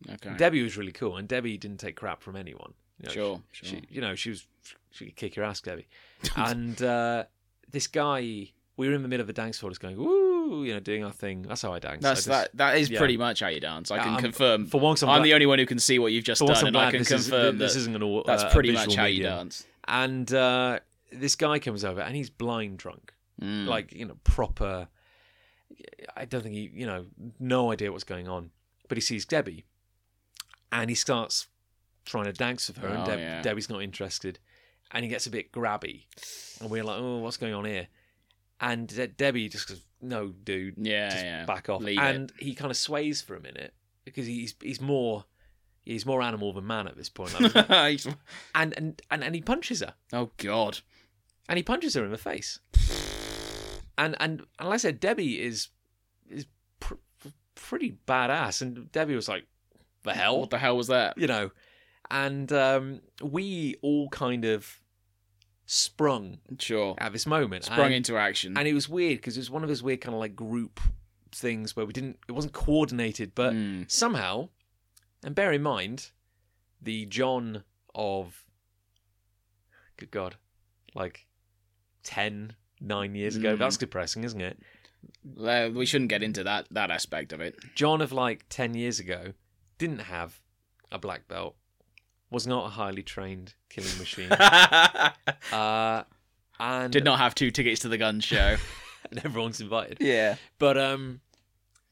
Speaker 1: Okay,
Speaker 2: Debbie was really cool, and Debbie didn't take crap from anyone. You know,
Speaker 1: sure,
Speaker 2: She,
Speaker 1: sure.
Speaker 2: she- you know, she was she could kick your ass, Debbie. and uh, this guy, we were in the middle of a dance floor, just going woo, you know, doing our thing. That's how I dance. I
Speaker 1: That's
Speaker 2: just-
Speaker 1: that. That is
Speaker 2: yeah.
Speaker 1: pretty much how you dance. I can
Speaker 2: I'm-
Speaker 1: confirm.
Speaker 2: For once, I'm,
Speaker 1: I'm
Speaker 2: glad,
Speaker 1: the only one who can see what you've just
Speaker 2: for once
Speaker 1: done,
Speaker 2: I'm
Speaker 1: and I
Speaker 2: glad
Speaker 1: can
Speaker 2: this, is,
Speaker 1: confirm
Speaker 2: this
Speaker 1: that
Speaker 2: isn't an au-
Speaker 1: that's
Speaker 2: uh, a
Speaker 1: pretty
Speaker 2: visual
Speaker 1: much how you
Speaker 2: medium.
Speaker 1: dance.
Speaker 2: And uh, this guy comes over, and he's blind drunk,
Speaker 1: Mm.
Speaker 2: like you know, proper. I don't think he, you know, no idea what's going on, but he sees Debbie, and he starts trying to dance with her, and
Speaker 1: Oh,
Speaker 2: Deb-
Speaker 1: yeah.
Speaker 2: Debbie's not interested, and he gets a bit grabby, and we're like, oh, what's going on here? And De- Debbie just goes, no, dude,
Speaker 1: yeah,
Speaker 2: just
Speaker 1: yeah.
Speaker 2: back off.
Speaker 1: Leave it.
Speaker 2: and he kind of sways for a minute because he's he's more he's more animal than man at this point. Like,
Speaker 1: He's-
Speaker 2: and, and and and he punches her.
Speaker 1: oh God.
Speaker 2: and he punches her in the face. And and, and like I said, Debbie is is pr- pretty badass, and Debbie was like, "The hell,"
Speaker 1: What the hell was that?
Speaker 2: you know. And um, we all kind of sprung
Speaker 1: Sure.
Speaker 2: at this moment,
Speaker 1: Sprung
Speaker 2: and,
Speaker 1: into action.
Speaker 2: and it was weird because it was one of those weird kind of like group things where we didn't, it wasn't coordinated, but
Speaker 1: Mm.
Speaker 2: somehow, and bear in mind, the John of, good God, like 10, 9 years ago.
Speaker 1: Mm.
Speaker 2: That's depressing, isn't it?
Speaker 1: Uh, we shouldn't get into that that aspect of it.
Speaker 2: John of like 10 years ago didn't have a black belt, was not a highly trained killing machine, uh, and,
Speaker 1: Did not have two tickets to the gun show.
Speaker 2: and everyone's invited.
Speaker 1: yeah.
Speaker 2: But um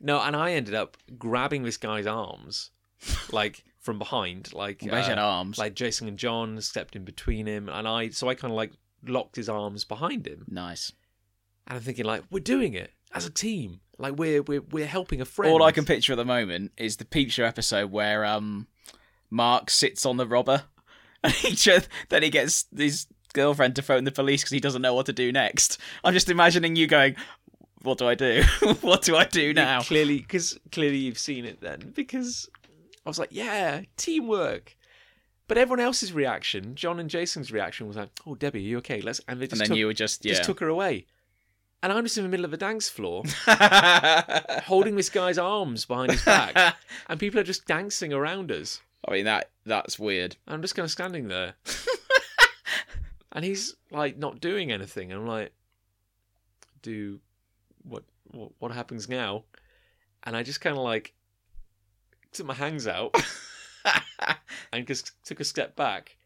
Speaker 2: no, and I ended up grabbing this guy's arms like from behind, like
Speaker 1: Well, they
Speaker 2: uh,
Speaker 1: had arms.
Speaker 2: like Jason and John stepped in between him and I so I kind of like locked his arms behind him.
Speaker 1: nice.
Speaker 2: And I'm thinking like we're doing it as a team. Like we're we're we're helping a friend.
Speaker 1: All I can picture at the moment is the Peep Show episode where um Mark sits on the robber. And he just, then he gets his girlfriend to phone the police because he doesn't know what to do next. I'm just imagining you going, "What do I do? what do I do now?"
Speaker 2: clearly, because clearly you've seen it then. Because I was like, yeah, teamwork. But everyone else's reaction, John and Jason's reaction, was like, "Oh, Debbie, are you okay?" Let's and they
Speaker 1: And
Speaker 2: just,
Speaker 1: then
Speaker 2: took,
Speaker 1: you were just yeah.
Speaker 2: just took her away. And I'm just in the middle of a dance floor, holding this guy's arms behind his back,
Speaker 1: I
Speaker 2: and people are just dancing around us.
Speaker 1: mean that that's weird.
Speaker 2: I'm just kind of standing there. and he's like not doing anything. I'm like, do what what, what happens now? And I just kind of like took my hands out and just took a step back.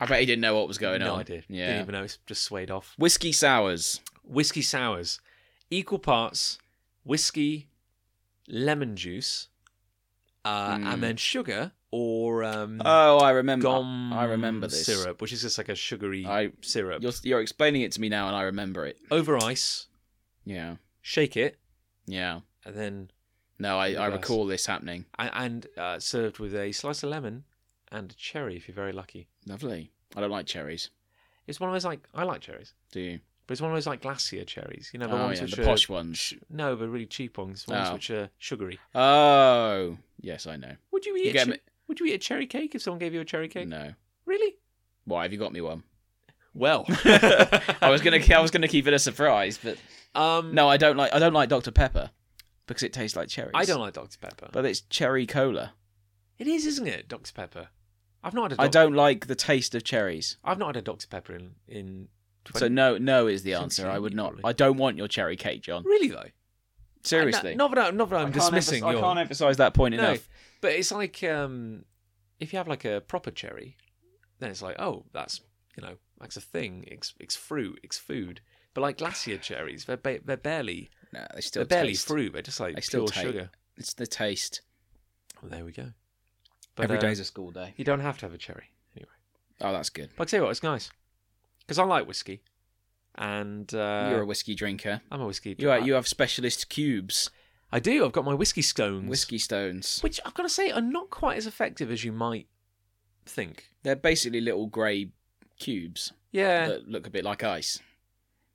Speaker 1: I bet he didn't know what was going
Speaker 2: no
Speaker 1: on.
Speaker 2: idea. Didn't
Speaker 1: Yeah.
Speaker 2: even know. Just swayed off.
Speaker 1: Whiskey sours.
Speaker 2: Whiskey sours, equal parts whiskey, lemon juice, uh,
Speaker 1: Mm.
Speaker 2: and then sugar or um,
Speaker 1: Oh, I remember.
Speaker 2: gum.
Speaker 1: I remember this.
Speaker 2: syrup, which is just like a sugary
Speaker 1: I
Speaker 2: syrup
Speaker 1: you're you're explaining it to me now, and I remember it.
Speaker 2: over ice,
Speaker 1: Yeah.
Speaker 2: shake it,
Speaker 1: Yeah.
Speaker 2: and then
Speaker 1: No, I,
Speaker 2: In a
Speaker 1: I
Speaker 2: glass.
Speaker 1: recall this happening.
Speaker 2: a- and uh, served with a slice of lemon and a cherry if you're very lucky.
Speaker 1: Lovely. I don't like cherries.
Speaker 2: It's one of those like I like cherries,
Speaker 1: Do you?
Speaker 2: but it's one of those like glacier cherries. You know the
Speaker 1: oh,
Speaker 2: ones
Speaker 1: yeah,
Speaker 2: which
Speaker 1: the
Speaker 2: are
Speaker 1: posh ones.
Speaker 2: no, the really cheap ones, the ones
Speaker 1: Oh.
Speaker 2: which are sugary.
Speaker 1: Oh, yes, I know.
Speaker 2: Would you eat?
Speaker 1: You
Speaker 2: a
Speaker 1: get
Speaker 2: che-
Speaker 1: me-
Speaker 2: Would you eat a cherry cake if someone gave you a cherry cake?
Speaker 1: No.
Speaker 2: Really?
Speaker 1: Why have you got me one?
Speaker 2: Well,
Speaker 1: I was gonna I was gonna keep it a surprise, but
Speaker 2: Um,
Speaker 1: no, I don't like I don't like Dr Pepper because it tastes like cherries.
Speaker 2: I don't like Dr Pepper.
Speaker 1: But it's cherry cola.
Speaker 2: it is, isn't it, Dr Pepper? I've not had a
Speaker 1: I
Speaker 2: Dr.
Speaker 1: don't like the taste of cherries.
Speaker 2: I've not had a Dr Pepper in in. 20...
Speaker 1: So no, no is the
Speaker 2: Since
Speaker 1: answer.
Speaker 2: then,
Speaker 1: I would
Speaker 2: you
Speaker 1: not.
Speaker 2: probably-
Speaker 1: I don't want your cherry cake, John.
Speaker 2: really though.
Speaker 1: Seriously.
Speaker 2: not that, I- not that I'm
Speaker 1: I can't
Speaker 2: dismissing
Speaker 1: emphas-
Speaker 2: your.
Speaker 1: I can't emphasize that point
Speaker 2: no,
Speaker 1: enough.
Speaker 2: but it's like um, if you have like a proper cherry, then it's like oh, that's you know that's a thing. It's it's fruit. It's food. But like glacier cherries, they're ba- they're barely
Speaker 1: No, they still
Speaker 2: they're barely
Speaker 1: taste.
Speaker 2: fruit. They're just like
Speaker 1: They
Speaker 2: pure
Speaker 1: still taste.
Speaker 2: sugar.
Speaker 1: It's the taste.
Speaker 2: Well, there we go.
Speaker 1: Every day's
Speaker 2: uh,
Speaker 1: a school day.
Speaker 2: you don't have to have a cherry anyway.
Speaker 1: Oh, that's good.
Speaker 2: But I tell you what, it's nice because I like whiskey, and uh,
Speaker 1: You're a whiskey drinker.
Speaker 2: I'm a whiskey.
Speaker 1: You are,
Speaker 2: drinker.
Speaker 1: you have specialist cubes,
Speaker 2: I do. I've got my whiskey scones,
Speaker 1: whiskey stones.
Speaker 2: which I've got to say are not quite as effective as you might think.
Speaker 1: They're basically little grey cubes
Speaker 2: Yeah,
Speaker 1: that look a bit like ice.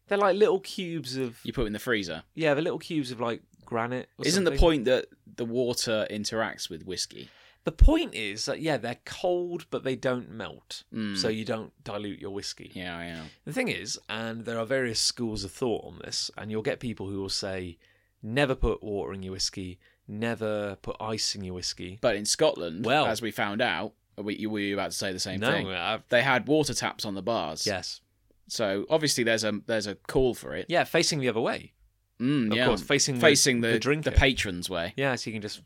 Speaker 2: they're like little cubes of
Speaker 1: You put in the freezer.
Speaker 2: Yeah, the little cubes of like granite. Or
Speaker 1: Isn't the
Speaker 2: something.
Speaker 1: point that the water interacts with whiskey?
Speaker 2: The point is that yeah, they're cold, but they don't melt,
Speaker 1: Mm.
Speaker 2: so you don't dilute your whiskey.
Speaker 1: yeah, yeah.
Speaker 2: The thing is, and there are various schools of thought on this, and you'll get people who will say, never put water in your whiskey, never put ice in your whiskey.
Speaker 1: But in Scotland,
Speaker 2: Well-
Speaker 1: as we found out, we, were you about to say the same
Speaker 2: no,
Speaker 1: thing?
Speaker 2: I've-
Speaker 1: They had water taps on the bars.
Speaker 2: yes,
Speaker 1: So obviously there's a there's a call for it.
Speaker 2: yeah, facing the other way,
Speaker 1: Mm,
Speaker 2: of
Speaker 1: yeah.
Speaker 2: course, facing
Speaker 1: Facing
Speaker 2: the,
Speaker 1: the
Speaker 2: the drinker.
Speaker 1: patrons way.
Speaker 2: yeah, so you can just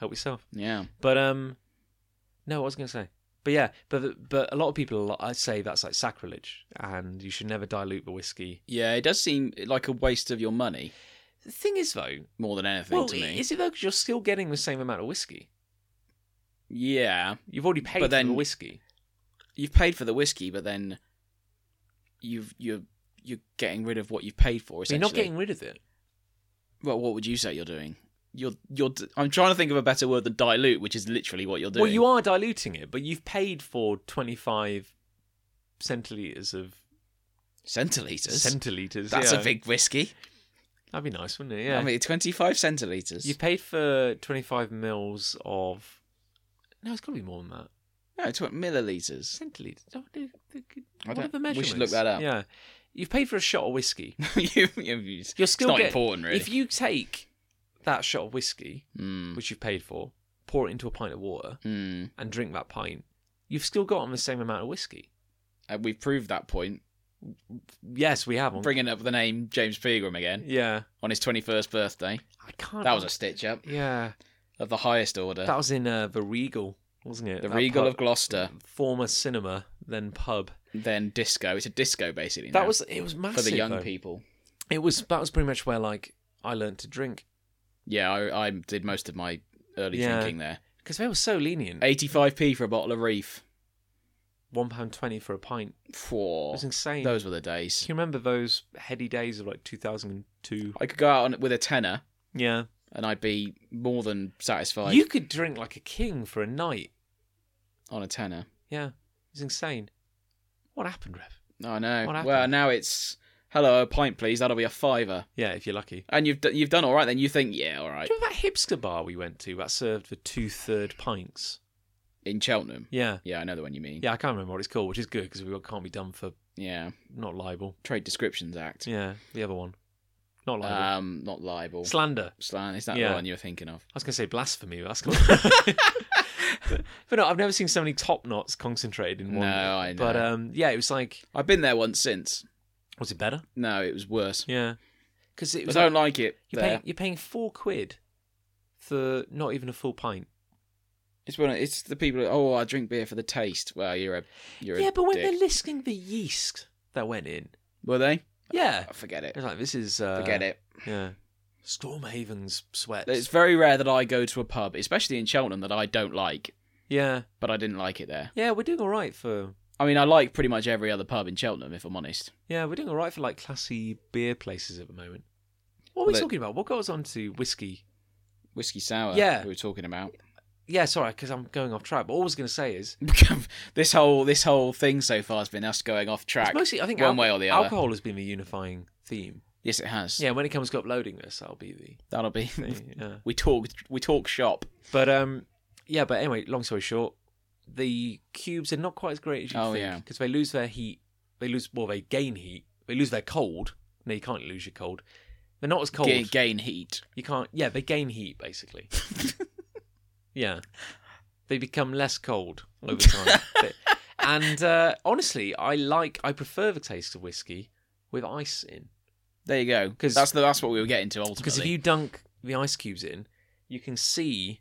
Speaker 2: help yourself.
Speaker 1: Yeah.
Speaker 2: But um, no, what was I going to say? But yeah, but but a lot of people I say that's like sacrilege, and you should never dilute the whiskey.
Speaker 1: Yeah, it does seem like a waste of your money
Speaker 2: The thing is, though,
Speaker 1: more than anything
Speaker 2: well,
Speaker 1: to me.
Speaker 2: is it though? Because you're still getting the same amount of whiskey.
Speaker 1: Yeah.
Speaker 2: You've already paid
Speaker 1: But
Speaker 2: for the
Speaker 1: then-
Speaker 2: whiskey.
Speaker 1: You've paid for the whiskey, but then you've you're you're getting rid of what you've paid for
Speaker 2: You're
Speaker 1: essentially.
Speaker 2: not getting rid of it.
Speaker 1: Well, what would you say you're doing? You're you're d- I'm trying to think of a better word than dilute, which is literally what you're doing.
Speaker 2: Well, you are diluting it, but you've paid for 25 centiliters of
Speaker 1: centiliters.
Speaker 2: centiliters.
Speaker 1: That's
Speaker 2: yeah.
Speaker 1: a big whiskey.
Speaker 2: That'd be nice, wouldn't it? Yeah.
Speaker 1: I mean, 25 centiliters.
Speaker 2: you've paid for 25 mils of. No, it's got to be more than that.
Speaker 1: No, 20 milliliters.
Speaker 2: Centiliters. Oh, they- they-
Speaker 1: I
Speaker 2: What are
Speaker 1: don't-
Speaker 2: the
Speaker 1: we should
Speaker 2: measurements?
Speaker 1: look that up.
Speaker 2: Yeah. You've paid for a shot of whiskey.
Speaker 1: you, you, you, it's
Speaker 2: You're still
Speaker 1: not
Speaker 2: getting.
Speaker 1: important, really.
Speaker 2: If you take that shot of whiskey,
Speaker 1: Mm,
Speaker 2: which you've paid for, pour it into a pint of water,
Speaker 1: mm.
Speaker 2: and drink that pint, you've still got on the same amount of whiskey.
Speaker 1: And Uh, we've proved that point.
Speaker 2: Yes, we have. On...
Speaker 1: Bringing up the name James Pegram again
Speaker 2: Yeah,
Speaker 1: on his 21st birthday.
Speaker 2: I can't.
Speaker 1: That was a stitch up
Speaker 2: Yeah,
Speaker 1: of the highest order.
Speaker 2: that was in uh, the Regal, wasn't it?
Speaker 1: the
Speaker 2: That
Speaker 1: Regal
Speaker 2: pub-
Speaker 1: of Gloucester,
Speaker 2: former cinema, then pub.
Speaker 1: then disco. It's a disco, basically.
Speaker 2: That
Speaker 1: now,
Speaker 2: was it was massive
Speaker 1: for the young
Speaker 2: though.
Speaker 1: people.
Speaker 2: It was that was pretty much where like I learned to drink
Speaker 1: Yeah, I, I did most of my early
Speaker 2: Yeah.
Speaker 1: drinking there.
Speaker 2: because they were so lenient.
Speaker 1: 85p for a bottle of Reef.
Speaker 2: One pound twenty for a pint. It
Speaker 1: Four.
Speaker 2: was insane.
Speaker 1: Oh, Those were the days.
Speaker 2: Do you remember those heady days of like two thousand and two?
Speaker 1: I could go out on, with a tenner
Speaker 2: Yeah,
Speaker 1: and I'd be more than satisfied.
Speaker 2: you could drink like a king for a night.
Speaker 1: on a tenner.
Speaker 2: Yeah, it's insane. What happened, Rev?
Speaker 1: Oh, I know.
Speaker 2: What happened?
Speaker 1: Well, now it's hello, a pint please. That'll be a fiver.
Speaker 2: Yeah, if you're lucky.
Speaker 1: And you've d- you've done all right. Then you think, yeah, all right.
Speaker 2: Do you remember that hipster bar we went to that served for two third pints?
Speaker 1: In Cheltenham.
Speaker 2: Yeah.
Speaker 1: Yeah, I know the one you mean.
Speaker 2: Yeah, I can't remember what it's called, which is good because we can't be done for
Speaker 1: Yeah.
Speaker 2: not libel.
Speaker 1: Trade Descriptions Act.
Speaker 2: Yeah, the other one. Not libel.
Speaker 1: Um, not
Speaker 2: Uh,
Speaker 1: libel.
Speaker 2: Slander.
Speaker 1: Slan. Is that
Speaker 2: Yeah.
Speaker 1: the one you were thinking of?
Speaker 2: I was going to say blasphemy. But that's gonna- but, but no, I've never seen so many top knots concentrated in one.
Speaker 1: No, I know.
Speaker 2: But um, yeah, it was like,
Speaker 1: I've been there once since.
Speaker 2: was it better?
Speaker 1: No, it was worse.
Speaker 2: Yeah, because it
Speaker 1: I
Speaker 2: was.
Speaker 1: don't like
Speaker 2: Like,
Speaker 1: it
Speaker 2: you're,
Speaker 1: there.
Speaker 2: paying, you're paying four quid for not even a full pint.
Speaker 1: It's when it's the people. Who, oh, I drink beer for the taste. Well, you're a you're
Speaker 2: yeah,
Speaker 1: a
Speaker 2: but when
Speaker 1: dick.
Speaker 2: they're listing the yeast that went in,
Speaker 1: were they?
Speaker 2: yeah,
Speaker 1: Oh, forget it.
Speaker 2: it's like this is uh,
Speaker 1: Forget it.
Speaker 2: Yeah, Stormhaven's sweat.
Speaker 1: It's very rare that I go to a pub, especially in Cheltenham, that I don't like.
Speaker 2: Yeah,
Speaker 1: But I didn't like it there.
Speaker 2: yeah, we're doing all right for
Speaker 1: I mean, I like pretty much every other pub in Cheltenham, if I'm honest.
Speaker 2: yeah, we're doing all right for like classy beer places at the moment. What are we
Speaker 1: Well, they-
Speaker 2: talking about? What goes on to whiskey?
Speaker 1: Whiskey sour.
Speaker 2: Yeah.
Speaker 1: we were talking about
Speaker 2: Yeah, sorry, because I'm going off track. But all I was going to say is
Speaker 1: this whole this whole thing so far has been us going off
Speaker 2: it's
Speaker 1: track.
Speaker 2: mostly I think
Speaker 1: one
Speaker 2: alco-
Speaker 1: way or the other.
Speaker 2: alcohol has been the unifying theme.
Speaker 1: Yes, it has.
Speaker 2: Yeah, when it comes to uploading this, that'll be the
Speaker 1: that'll be.
Speaker 2: thing. Yeah.
Speaker 1: we talk we talk shop.
Speaker 2: But um, yeah. But anyway, long story short, the cubes are not quite as great as you
Speaker 1: Oh,
Speaker 2: think
Speaker 1: yeah.
Speaker 2: because they lose their heat. They lose well, they gain heat. They lose their cold. No, you can't lose your cold. They're not as cold.
Speaker 1: Ga- gain heat.
Speaker 2: You can't. Yeah, they gain heat basically. yeah, they become less cold over time. But- and uh, honestly, I like. I prefer the taste of whiskey with ice in
Speaker 1: There you go.
Speaker 2: 'Cause-
Speaker 1: Because that's the, that's what we were getting to ultimately.
Speaker 2: because if you dunk the ice cubes in, you can see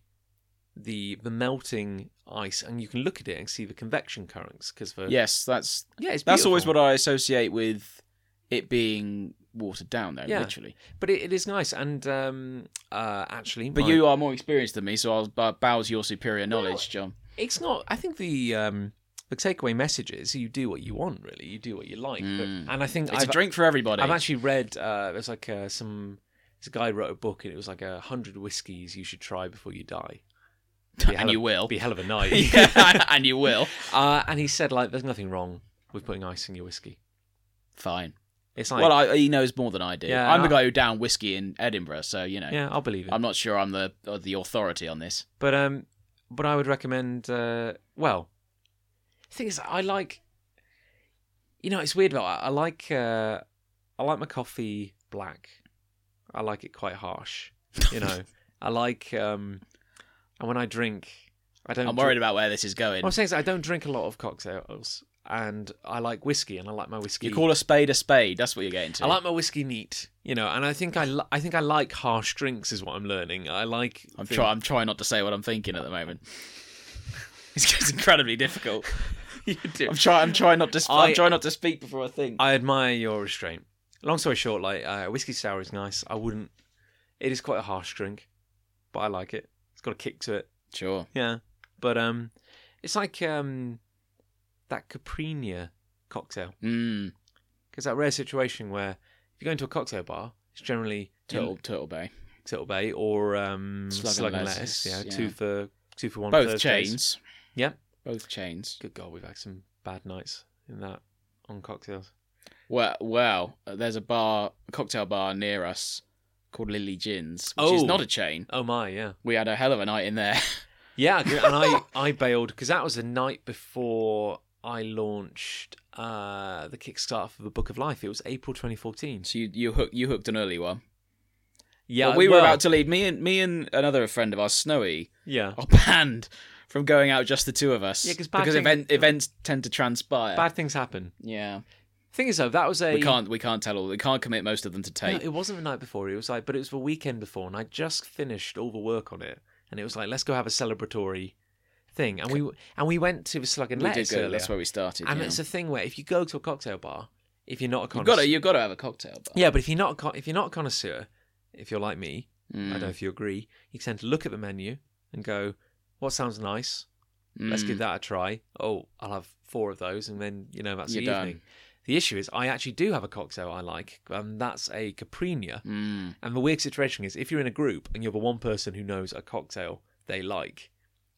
Speaker 2: the the melting ice, and you can look at it and see the convection currents. Because the
Speaker 1: yes, that's
Speaker 2: yeah, it's
Speaker 1: That's always
Speaker 2: beautiful.
Speaker 1: what I associate with it being watered down, though,
Speaker 2: Yeah.
Speaker 1: literally.
Speaker 2: But it, it is nice, and um, uh, actually,
Speaker 1: But
Speaker 2: my-
Speaker 1: you are more experienced than me, so I'll b- bow to your superior knowledge, John.
Speaker 2: it's not. I think the um, the takeaway message is you do what you want, really. You do what you like,
Speaker 1: Mm.
Speaker 2: but, and I think
Speaker 1: It's
Speaker 2: I've,
Speaker 1: a eh? drink for everybody.
Speaker 2: I've actually read. Uh, there's like uh, some. This guy wrote a book, and it was like a hundred whiskeys you should try before you die.
Speaker 1: and you will.
Speaker 2: It'll be a hell of a night.
Speaker 1: Yeah, and you will.
Speaker 2: Uh, and he said, like, there's nothing wrong with putting ice in your whiskey.
Speaker 1: Fine.
Speaker 2: It's like,
Speaker 1: well, I, he knows more than I do.
Speaker 2: Yeah,
Speaker 1: I'm
Speaker 2: and
Speaker 1: the guy who downed whiskey in Edinburgh, so, you know,
Speaker 2: yeah, I'll believe it.
Speaker 1: I'm not sure I'm the uh, the authority on this.
Speaker 2: but um, but I would recommend. Uh, well, the thing is, I like. You know, it's weird, but I, I like. Uh, I like my coffee black. I like it quite harsh. You know, I like. Um, and when I drink, I don't.
Speaker 1: I'm
Speaker 2: drink-
Speaker 1: worried about where this is going.
Speaker 2: What I'm saying is, I don't drink a lot of cocktails, and I like whiskey, and I like my whiskey.
Speaker 1: You call a spade a spade. That's what you're getting to.
Speaker 2: I like my whiskey neat, you know, and I think I, li- I think I like harsh drinks is what I'm learning. I like.
Speaker 1: I'm,
Speaker 2: thi-
Speaker 1: try- I'm trying not to say what I'm thinking at the moment. it's it's incredibly difficult.
Speaker 2: You do.
Speaker 1: I'm trying. I'm trying not to. Sp-
Speaker 2: I-
Speaker 1: I'm trying not to speak before I think.
Speaker 2: I admire your restraint. Long story short, like uh, whiskey sour is nice. I wouldn't. It is quite a harsh drink, but I like it. It's got a kick to it.
Speaker 1: sure.
Speaker 2: Yeah, but um, it's like um, that Caprina cocktail
Speaker 1: Mm,
Speaker 2: because that rare situation where if you go into a cocktail bar, it's generally
Speaker 1: turtle, Turtle Bay.
Speaker 2: Turtle Bay or um,
Speaker 1: Slug
Speaker 2: Slug,
Speaker 1: and
Speaker 2: and
Speaker 1: Lettuce,
Speaker 2: Lettuce. Yeah,
Speaker 1: yeah.
Speaker 2: two for two for one.
Speaker 1: Both
Speaker 2: Thursdays.
Speaker 1: chains.
Speaker 2: Yep.
Speaker 1: Both chains.
Speaker 2: Good God, we've had some bad nights in that on cocktails.
Speaker 1: Well, well, there's a bar, a cocktail bar near us called Lily Gins, which is
Speaker 2: Oh.
Speaker 1: not a chain.
Speaker 2: Oh my, yeah,
Speaker 1: We had a hell of a night in there.
Speaker 2: yeah. I agree. And I I bailed because that was the night before I launched uh the Kickstarter for the Book of Life. It was April 2014.
Speaker 1: so you you hooked you hooked an early one.
Speaker 2: Yeah,
Speaker 1: Well, we were
Speaker 2: well,
Speaker 1: about to leave. Me and me and another friend of ours, Snowy,
Speaker 2: Yeah,
Speaker 1: are banned from going out just the two of us.
Speaker 2: Yeah, 'cause bad
Speaker 1: because
Speaker 2: thing-
Speaker 1: event, events tend to transpire.
Speaker 2: bad things happen.
Speaker 1: Yeah,
Speaker 2: Thing is, though, that was a
Speaker 1: we can't we can't tell all. We can't commit most of them to
Speaker 2: No,
Speaker 1: tape.
Speaker 2: it wasn't the night before. It was like, but it was the weekend before, and I just finished all the work on it, and it was like, let's go have a celebratory thing, and we and we went to the Slug and
Speaker 1: we did
Speaker 2: Lettuce
Speaker 1: go.
Speaker 2: earlier.
Speaker 1: That's where we started.
Speaker 2: and
Speaker 1: yeah.
Speaker 2: it's a thing where if you go to a cocktail bar, if you're not a
Speaker 1: You've
Speaker 2: connoisseur,
Speaker 1: got to, you've got to have a cocktail bar.
Speaker 2: Yeah, but if you're not a con- if you're not a connoisseur, if you're like me, I
Speaker 1: Mm,
Speaker 2: don't know if you agree, you tend to look at the menu and go, "What sounds nice? Let's
Speaker 1: mm,
Speaker 2: give that a try." Oh, I'll have four of those, and then you know that's the
Speaker 1: You're
Speaker 2: evening. The issue is, I actually do have a cocktail I like, and that's a Caprina.
Speaker 1: mm.
Speaker 2: And the weird situation is, if you're in a group and you're the one person who knows a cocktail they like,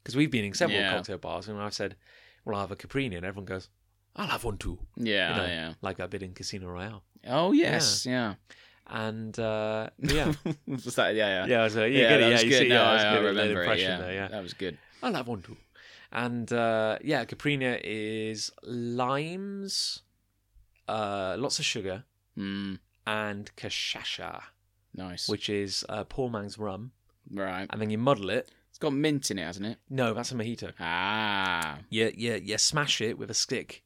Speaker 2: Because we've been in several
Speaker 1: Yeah.
Speaker 2: cocktail bars, and I've said, "Well, I'll have a Caprini," and everyone goes, "I'll have one too,"
Speaker 1: Yeah,
Speaker 2: You know.
Speaker 1: yeah.
Speaker 2: like I did in Casino Royale.
Speaker 1: Oh yes, yeah.
Speaker 2: And uh, yeah,
Speaker 1: Was that? Yeah, yeah.
Speaker 2: yeah, I was like,
Speaker 1: Yeah,
Speaker 2: "You get it,
Speaker 1: that
Speaker 2: yeah,
Speaker 1: was
Speaker 2: you
Speaker 1: good.
Speaker 2: see,
Speaker 1: no,
Speaker 2: yeah,
Speaker 1: I,
Speaker 2: that's
Speaker 1: I
Speaker 2: good, that
Speaker 1: remember it.
Speaker 2: impression
Speaker 1: Yeah.
Speaker 2: there, yeah."
Speaker 1: that was good.
Speaker 2: I'll have one too. And uh, yeah, Caprina is limes, uh, lots of sugar,
Speaker 1: Mm,
Speaker 2: and cachaça,
Speaker 1: nice.
Speaker 2: which is uh, poor man's rum.
Speaker 1: right.
Speaker 2: And then you muddle it.
Speaker 1: It's got mint in it, hasn't it?
Speaker 2: No, that's a mojito.
Speaker 1: Ah.
Speaker 2: Yeah, yeah, yeah. Smash it with a stick,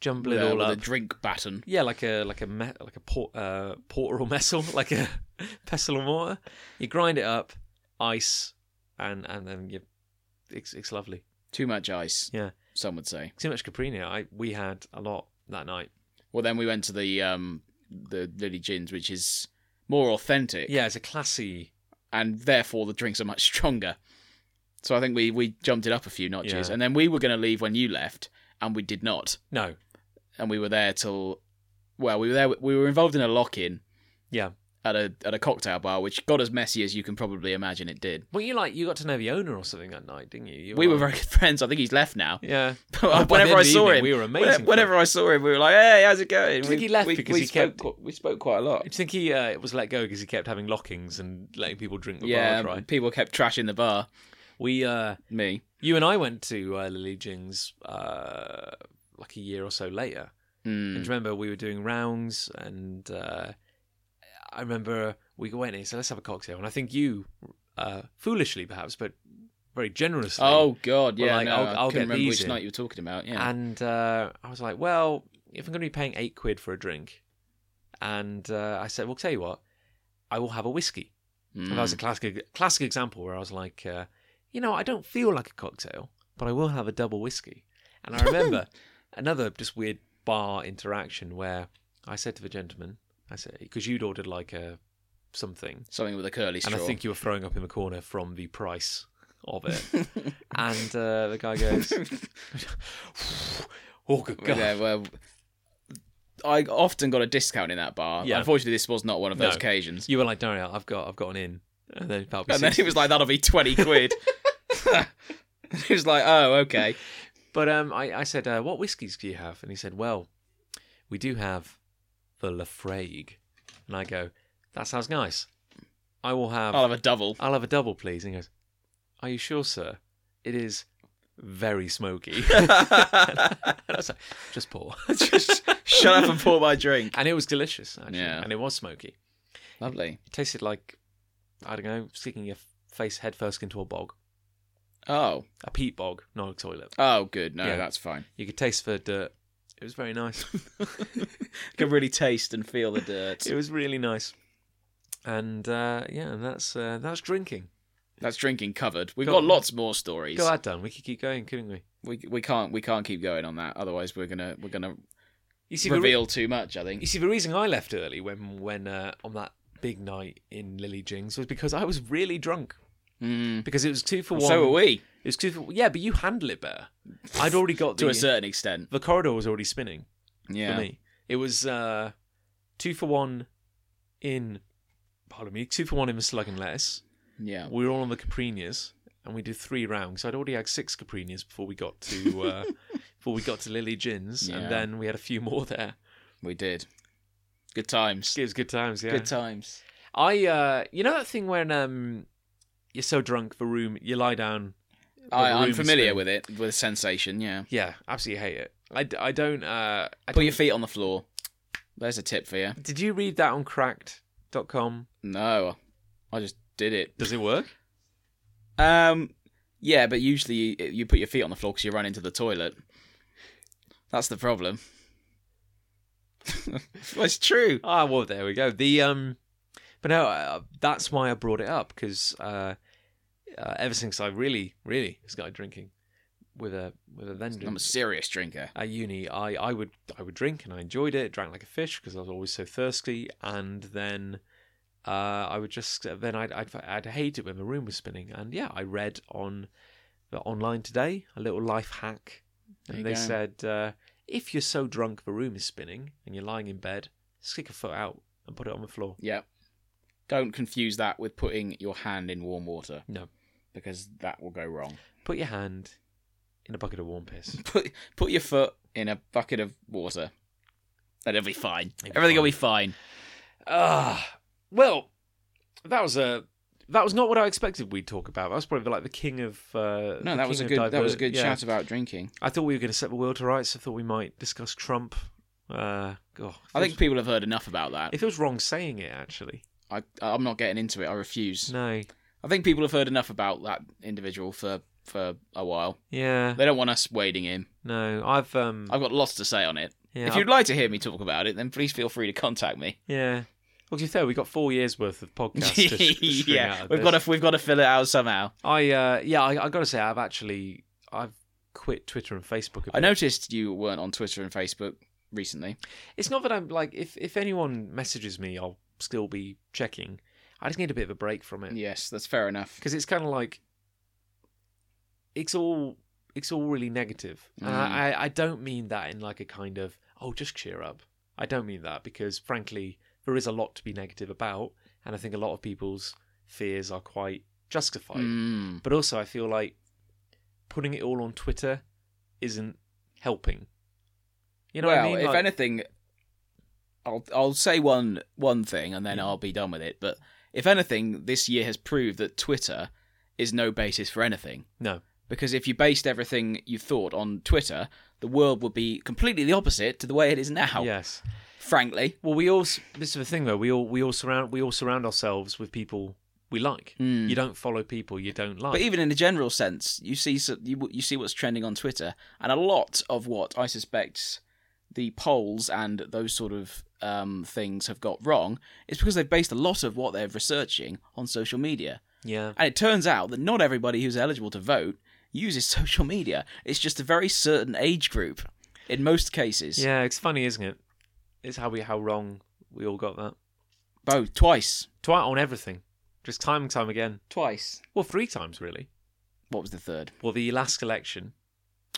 Speaker 2: jumble
Speaker 1: With,
Speaker 2: it
Speaker 1: a,
Speaker 2: all
Speaker 1: with a
Speaker 2: up.
Speaker 1: drink baton.
Speaker 2: Yeah, like a like a me- like a port uh, porter or messel, like a pestle or mortar. You grind it up, ice, and and then you, it's it's lovely.
Speaker 1: Too much ice.
Speaker 2: Yeah.
Speaker 1: Some would say.
Speaker 2: Too much Caprina. I we had a lot that night.
Speaker 1: Well, then we went to the um the Lily Gins, which is more authentic.
Speaker 2: Yeah, it's a classy.
Speaker 1: and therefore the drinks are much stronger. So I think we we jumped it up a few notches,
Speaker 2: Yeah.
Speaker 1: and then we were going to leave when you left, and we did not,
Speaker 2: No,
Speaker 1: and we were there till, well, we were there. We were involved in a lock in.
Speaker 2: Yeah.
Speaker 1: At a at a cocktail bar, which got as messy as you can probably imagine it did.
Speaker 2: well, you like you got to know the owner or something that night, didn't you? You
Speaker 1: We were
Speaker 2: like-
Speaker 1: very good friends. I think he's left now.
Speaker 2: yeah.
Speaker 1: But
Speaker 2: Oh, by the
Speaker 1: whenever
Speaker 2: end
Speaker 1: I
Speaker 2: of the
Speaker 1: saw
Speaker 2: evening,
Speaker 1: him,
Speaker 2: we were amazing
Speaker 1: whenever,
Speaker 2: friends.
Speaker 1: whenever I saw him, we were like, "Hey, how's it going?" we,
Speaker 2: I think he left
Speaker 1: we,
Speaker 2: because
Speaker 1: we
Speaker 2: he
Speaker 1: spoke,
Speaker 2: kept-
Speaker 1: qu- we spoke quite a lot.
Speaker 2: Do you think he uh, was let go because he kept having lockings and letting people drink the
Speaker 1: Yeah,
Speaker 2: bar dry?
Speaker 1: people kept trashing the bar.
Speaker 2: We, uh,
Speaker 1: Me,
Speaker 2: you and I went to uh, Lily Jing's uh, like a year or so later.
Speaker 1: Mm.
Speaker 2: And do you remember we were doing rounds, and uh, I remember we went in and said, "Let's have a cocktail." And I think you, uh, foolishly perhaps, but very generously,
Speaker 1: Oh God,
Speaker 2: Well,
Speaker 1: yeah,
Speaker 2: like,
Speaker 1: no,
Speaker 2: I'll-
Speaker 1: I
Speaker 2: I'll
Speaker 1: couldn't
Speaker 2: get
Speaker 1: remember
Speaker 2: these
Speaker 1: which
Speaker 2: in.
Speaker 1: night you were talking about. Yeah,
Speaker 2: And uh, I was like, well, if I'm going to be paying eight quid for a drink, and uh, I said, well, tell you what, I will have a whiskey.
Speaker 1: Hmm.
Speaker 2: And
Speaker 1: Mm.
Speaker 2: that was a classic classic example where I was like, uh, you know, I don't feel like a cocktail, but I will have a double whiskey. And I remember another just weird bar interaction where I said to the gentleman, I said, because you'd ordered like a something,
Speaker 1: something with a curly straw.
Speaker 2: and I think you were throwing up in the corner from the price of it. and uh, the guy goes, oh, good God.
Speaker 1: yeah, well, I often got a discount in that bar.
Speaker 2: Yeah.
Speaker 1: Unfortunately, this was not one of those
Speaker 2: No.
Speaker 1: occasions.
Speaker 2: You were like, "Don't worry, I've got, I've got an in," and then that'll be
Speaker 1: and then
Speaker 2: six.
Speaker 1: it was like, "That'll be twenty quid." it was like, "Oh, okay."
Speaker 2: But um, I, I said, uh, "What whiskies do you have?" And he said, "Well, we do have the Lafrague," and I go, "That sounds nice. I will have,
Speaker 1: I'll have a double.
Speaker 2: I'll have a double, please." And he goes, "Are you sure, sir? It is very smoky." and I was like, "Just pour."
Speaker 1: Just shut up and pour my drink.
Speaker 2: and it was delicious, actually,
Speaker 1: Yeah.
Speaker 2: and it was smoky.
Speaker 1: Lovely.
Speaker 2: It tasted like I don't know, sticking your face headfirst into a bog,
Speaker 1: Oh,
Speaker 2: a peat bog, not a toilet.
Speaker 1: oh, good. No,
Speaker 2: Yeah.
Speaker 1: that's fine.
Speaker 2: You could taste the dirt. It was very nice.
Speaker 1: can really taste and feel the dirt.
Speaker 2: it was really nice. And uh, yeah, and that's uh, that's drinking.
Speaker 1: That's drinking covered. We've
Speaker 2: Go
Speaker 1: got
Speaker 2: on.
Speaker 1: lots more stories.
Speaker 2: Got that done. We could keep going, couldn't we?
Speaker 1: We we can't we can't keep going on that. Otherwise, we're gonna we're gonna
Speaker 2: You see, the re-
Speaker 1: reveal too much. I
Speaker 2: you
Speaker 1: think.
Speaker 2: see, the reason I left early when when uh, on that big night in Lily Jings was because I was really drunk.
Speaker 1: Mm.
Speaker 2: Because it was two for one.
Speaker 1: So are we
Speaker 2: It was two for yeah, but you handle it better. I'd already got
Speaker 1: to
Speaker 2: the
Speaker 1: a certain extent.
Speaker 2: the corridor was already spinning
Speaker 1: Yeah.
Speaker 2: for me. It was uh, two for one in pardon me, two for one in the slug and lettuce.
Speaker 1: Yeah.
Speaker 2: We were all on the Caprinas, and we did three rounds. So I'd already had six Caprinas before we got to uh, before we got to Lily Gins,
Speaker 1: Yeah.
Speaker 2: and then we had a few more there.
Speaker 1: We did. Good times.
Speaker 2: It was good times, yeah.
Speaker 1: Good times.
Speaker 2: I, uh, you know that thing when um, you're so drunk, the room, you lie down. the
Speaker 1: I, I'm
Speaker 2: room's
Speaker 1: familiar
Speaker 2: spinning.
Speaker 1: with it, with the sensation, yeah.
Speaker 2: Yeah, absolutely hate it. I, d- I don't. Uh, I
Speaker 1: Put
Speaker 2: don't
Speaker 1: your feet on the floor. There's a tip for you.
Speaker 2: did you read that on Cracked.com?
Speaker 1: No, I just did it.
Speaker 2: Does it work?
Speaker 1: Um, yeah, but usually you, you put your feet on the floor because you run into the toilet. That's the problem. well, it's true.
Speaker 2: Ah, well, there we go. The um, but no, uh, that's why I brought it up because uh, uh, ever since I really, really started drinking with a with a then
Speaker 1: I'm a serious drinker.
Speaker 2: at uni, I I would I would drink and I enjoyed it. Drank like a fish because I was always so thirsty, and then. Uh, I would just then I'd, I'd I'd hate it when the room was spinning and yeah I read on the online today a little life hack
Speaker 1: There
Speaker 2: and
Speaker 1: you
Speaker 2: they
Speaker 1: go.
Speaker 2: said uh, if you're so drunk the room is spinning and you're lying in bed stick a foot out and put it on the floor
Speaker 1: Yeah. Don't confuse that with putting your hand in warm water.
Speaker 2: No.
Speaker 1: because that will go wrong.
Speaker 2: Put your hand in a bucket of warm piss.
Speaker 1: Put put your foot in a bucket of water. And it'll be fine.
Speaker 2: It'll be
Speaker 1: Everything will be fine.
Speaker 2: Ah, well, that was a that was not what I expected we'd talk about. That was probably like the king of uh,
Speaker 1: No,
Speaker 2: the
Speaker 1: that was a
Speaker 2: king
Speaker 1: good
Speaker 2: of
Speaker 1: that was a
Speaker 2: diver-
Speaker 1: good
Speaker 2: yeah.
Speaker 1: chat about drinking.
Speaker 2: I thought we were going to set the world to rights. I thought we might discuss Trump. Uh, God,
Speaker 1: I think people have heard enough about that.
Speaker 2: it feels wrong saying it actually.
Speaker 1: I I'm not getting into it. I refuse.
Speaker 2: No,
Speaker 1: I think people have heard enough about that individual for for a while.
Speaker 2: yeah,
Speaker 1: They don't want us wading in.
Speaker 2: no. I've um,
Speaker 1: I've got lots to say on it.
Speaker 2: yeah,
Speaker 1: if you'd like to hear me talk about it, then please feel free to contact me.
Speaker 2: yeah. Well, to be fair, we got four years worth of podcasts. To sh-
Speaker 1: yeah, we've got to we've got to fill it out somehow.
Speaker 2: I uh, yeah, I, I got to say, I've actually I've quit Twitter and Facebook. A bit.
Speaker 1: I noticed you weren't on Twitter and Facebook recently.
Speaker 2: It's not that I'm like if if anyone messages me, I'll still be checking. I just need a bit of a break from it
Speaker 1: Yes, that's fair enough.
Speaker 2: because it's kind of like it's all it's all really negative. And
Speaker 1: Mm.
Speaker 2: I, I I don't mean that in like a kind of oh just cheer up. I don't mean that because frankly there is a lot to be negative about, and I think a lot of people's fears are quite justified.
Speaker 1: Mm,
Speaker 2: But also I feel like putting it all on Twitter isn't helping. You know
Speaker 1: well,
Speaker 2: what I mean?
Speaker 1: if
Speaker 2: Like-
Speaker 1: anything, I'll I'll say one one thing and then
Speaker 2: Mm.
Speaker 1: I'll be done with it. But if anything, this year has proved that Twitter is no basis for anything.
Speaker 2: no.
Speaker 1: Because if you based everything you thought on Twitter, the world would be completely the opposite to the way it is now.
Speaker 2: Yes.
Speaker 1: Frankly.
Speaker 2: Well, we all. s- This is the thing, though. We all we all surround we all surround ourselves with people we like.
Speaker 1: Mm.
Speaker 2: You don't follow people you don't like.
Speaker 1: But even in a general sense, you see so- you you see what's trending on Twitter, and a lot of what I suspect the polls and those sort of um, things have got wrong is because they've based a lot of what they're researching on social media.
Speaker 2: yeah,
Speaker 1: And it turns out that not everybody who's eligible to vote uses social media. It's just a very certain age group in most cases.
Speaker 2: yeah. It's funny, isn't it? It's how we how wrong we all got that.
Speaker 1: Both twice,
Speaker 2: Twat on everything, just time and time again.
Speaker 1: twice.
Speaker 2: Well, three times really.
Speaker 1: What was the third?
Speaker 2: Well, the last election,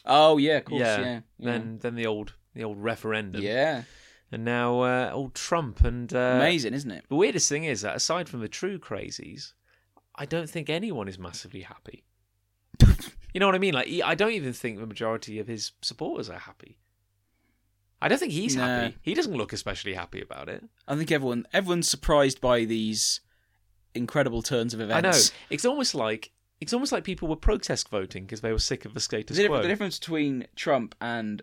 Speaker 1: Oh yeah, of course,
Speaker 2: Yeah.
Speaker 1: yeah. yeah.
Speaker 2: then then the old the old referendum,
Speaker 1: yeah.
Speaker 2: and now uh, old Trump. And uh,
Speaker 1: Amazing, isn't it?
Speaker 2: the weirdest thing is that aside from the true crazies, I don't think anyone is massively happy. you know what I mean? Like, he- I don't even think the majority of his supporters are happy. I don't think he's
Speaker 1: No.
Speaker 2: happy. He doesn't look especially happy about it.
Speaker 1: I think everyone everyone's surprised by these incredible turns of
Speaker 2: I know.
Speaker 1: events.
Speaker 2: It's almost like it's almost like people were protest voting because they were sick of the status
Speaker 1: The, dif-
Speaker 2: quo.
Speaker 1: the difference between Trump and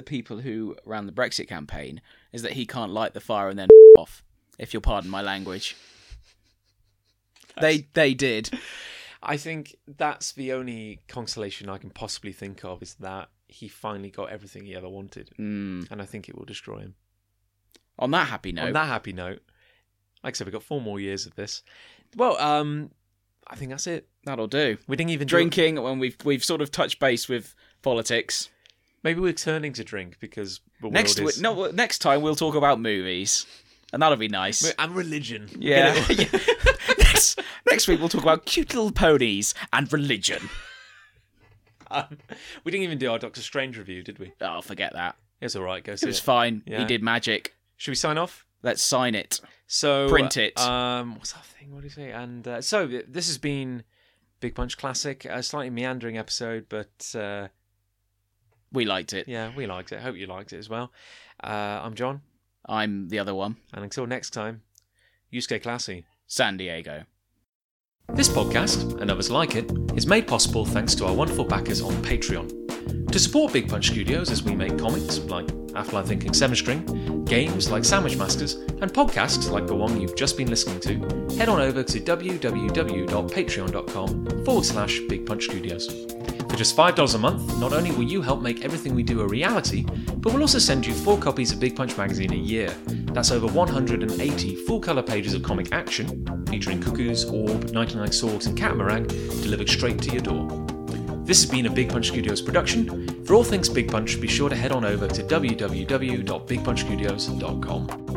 Speaker 1: the people who ran the Brexit campaign is that he can't light the fire and then off. If you'll pardon my language, they they did.
Speaker 2: I think that's the only consolation I can possibly think of is that he finally got everything he ever wanted,
Speaker 1: Mm.
Speaker 2: and I think it will destroy him.
Speaker 1: On that happy note,
Speaker 2: On that happy note, like I said, we've got four more years of this. Well, um, I think that's it.
Speaker 1: that'll do.
Speaker 2: We didn't even do-
Speaker 1: Drinking when we've we've sort of touched base with politics.
Speaker 2: maybe we're turning to drink because the
Speaker 1: Next wi-
Speaker 2: world is...
Speaker 1: no, well, next time we'll talk about movies, and that'll be nice.
Speaker 2: and religion.
Speaker 1: Yeah. next, next week we'll talk about cute little ponies and religion.
Speaker 2: Um, we didn't even do our Doctor Strange review, did we?
Speaker 1: Oh, forget that.
Speaker 2: It's all right. Go
Speaker 1: It
Speaker 2: see
Speaker 1: was
Speaker 2: it.
Speaker 1: fine.
Speaker 2: Yeah.
Speaker 1: He did magic.
Speaker 2: Should we sign off?
Speaker 1: Let's sign it.
Speaker 2: So
Speaker 1: Print it.
Speaker 2: Um, what's that thing? What do you say? And uh, so th- this has been Big Punch Classic, a slightly meandering episode, but uh,
Speaker 1: We liked it.
Speaker 2: yeah, we liked it. Hope you liked it as well. Uh, I'm John,
Speaker 1: I'm the other one,
Speaker 2: and until next time, you stay classy.
Speaker 1: San Diego.
Speaker 2: This podcast, and others like it, is made possible thanks to our wonderful backers on Patreon. To support Big Punch Studios as we make comics like Afterlife Thinking 7 String, games like Sandwich Masters, and podcasts like the one you've just been listening to, head on over to www.patreon.com forward slash Big Punch Studios. For just $5 a month, not only will you help make everything we do a reality, but we'll also send you four copies of Big Punch magazine a year. That's over 180 full colour pages of comic action, featuring Cuckoos, Orb, 99 Swords, and Catamaran, delivered straight to your door. This has been a Big Punch Studios production. For all things Big Punch, be sure to head on over to www.bigpunchstudios.com.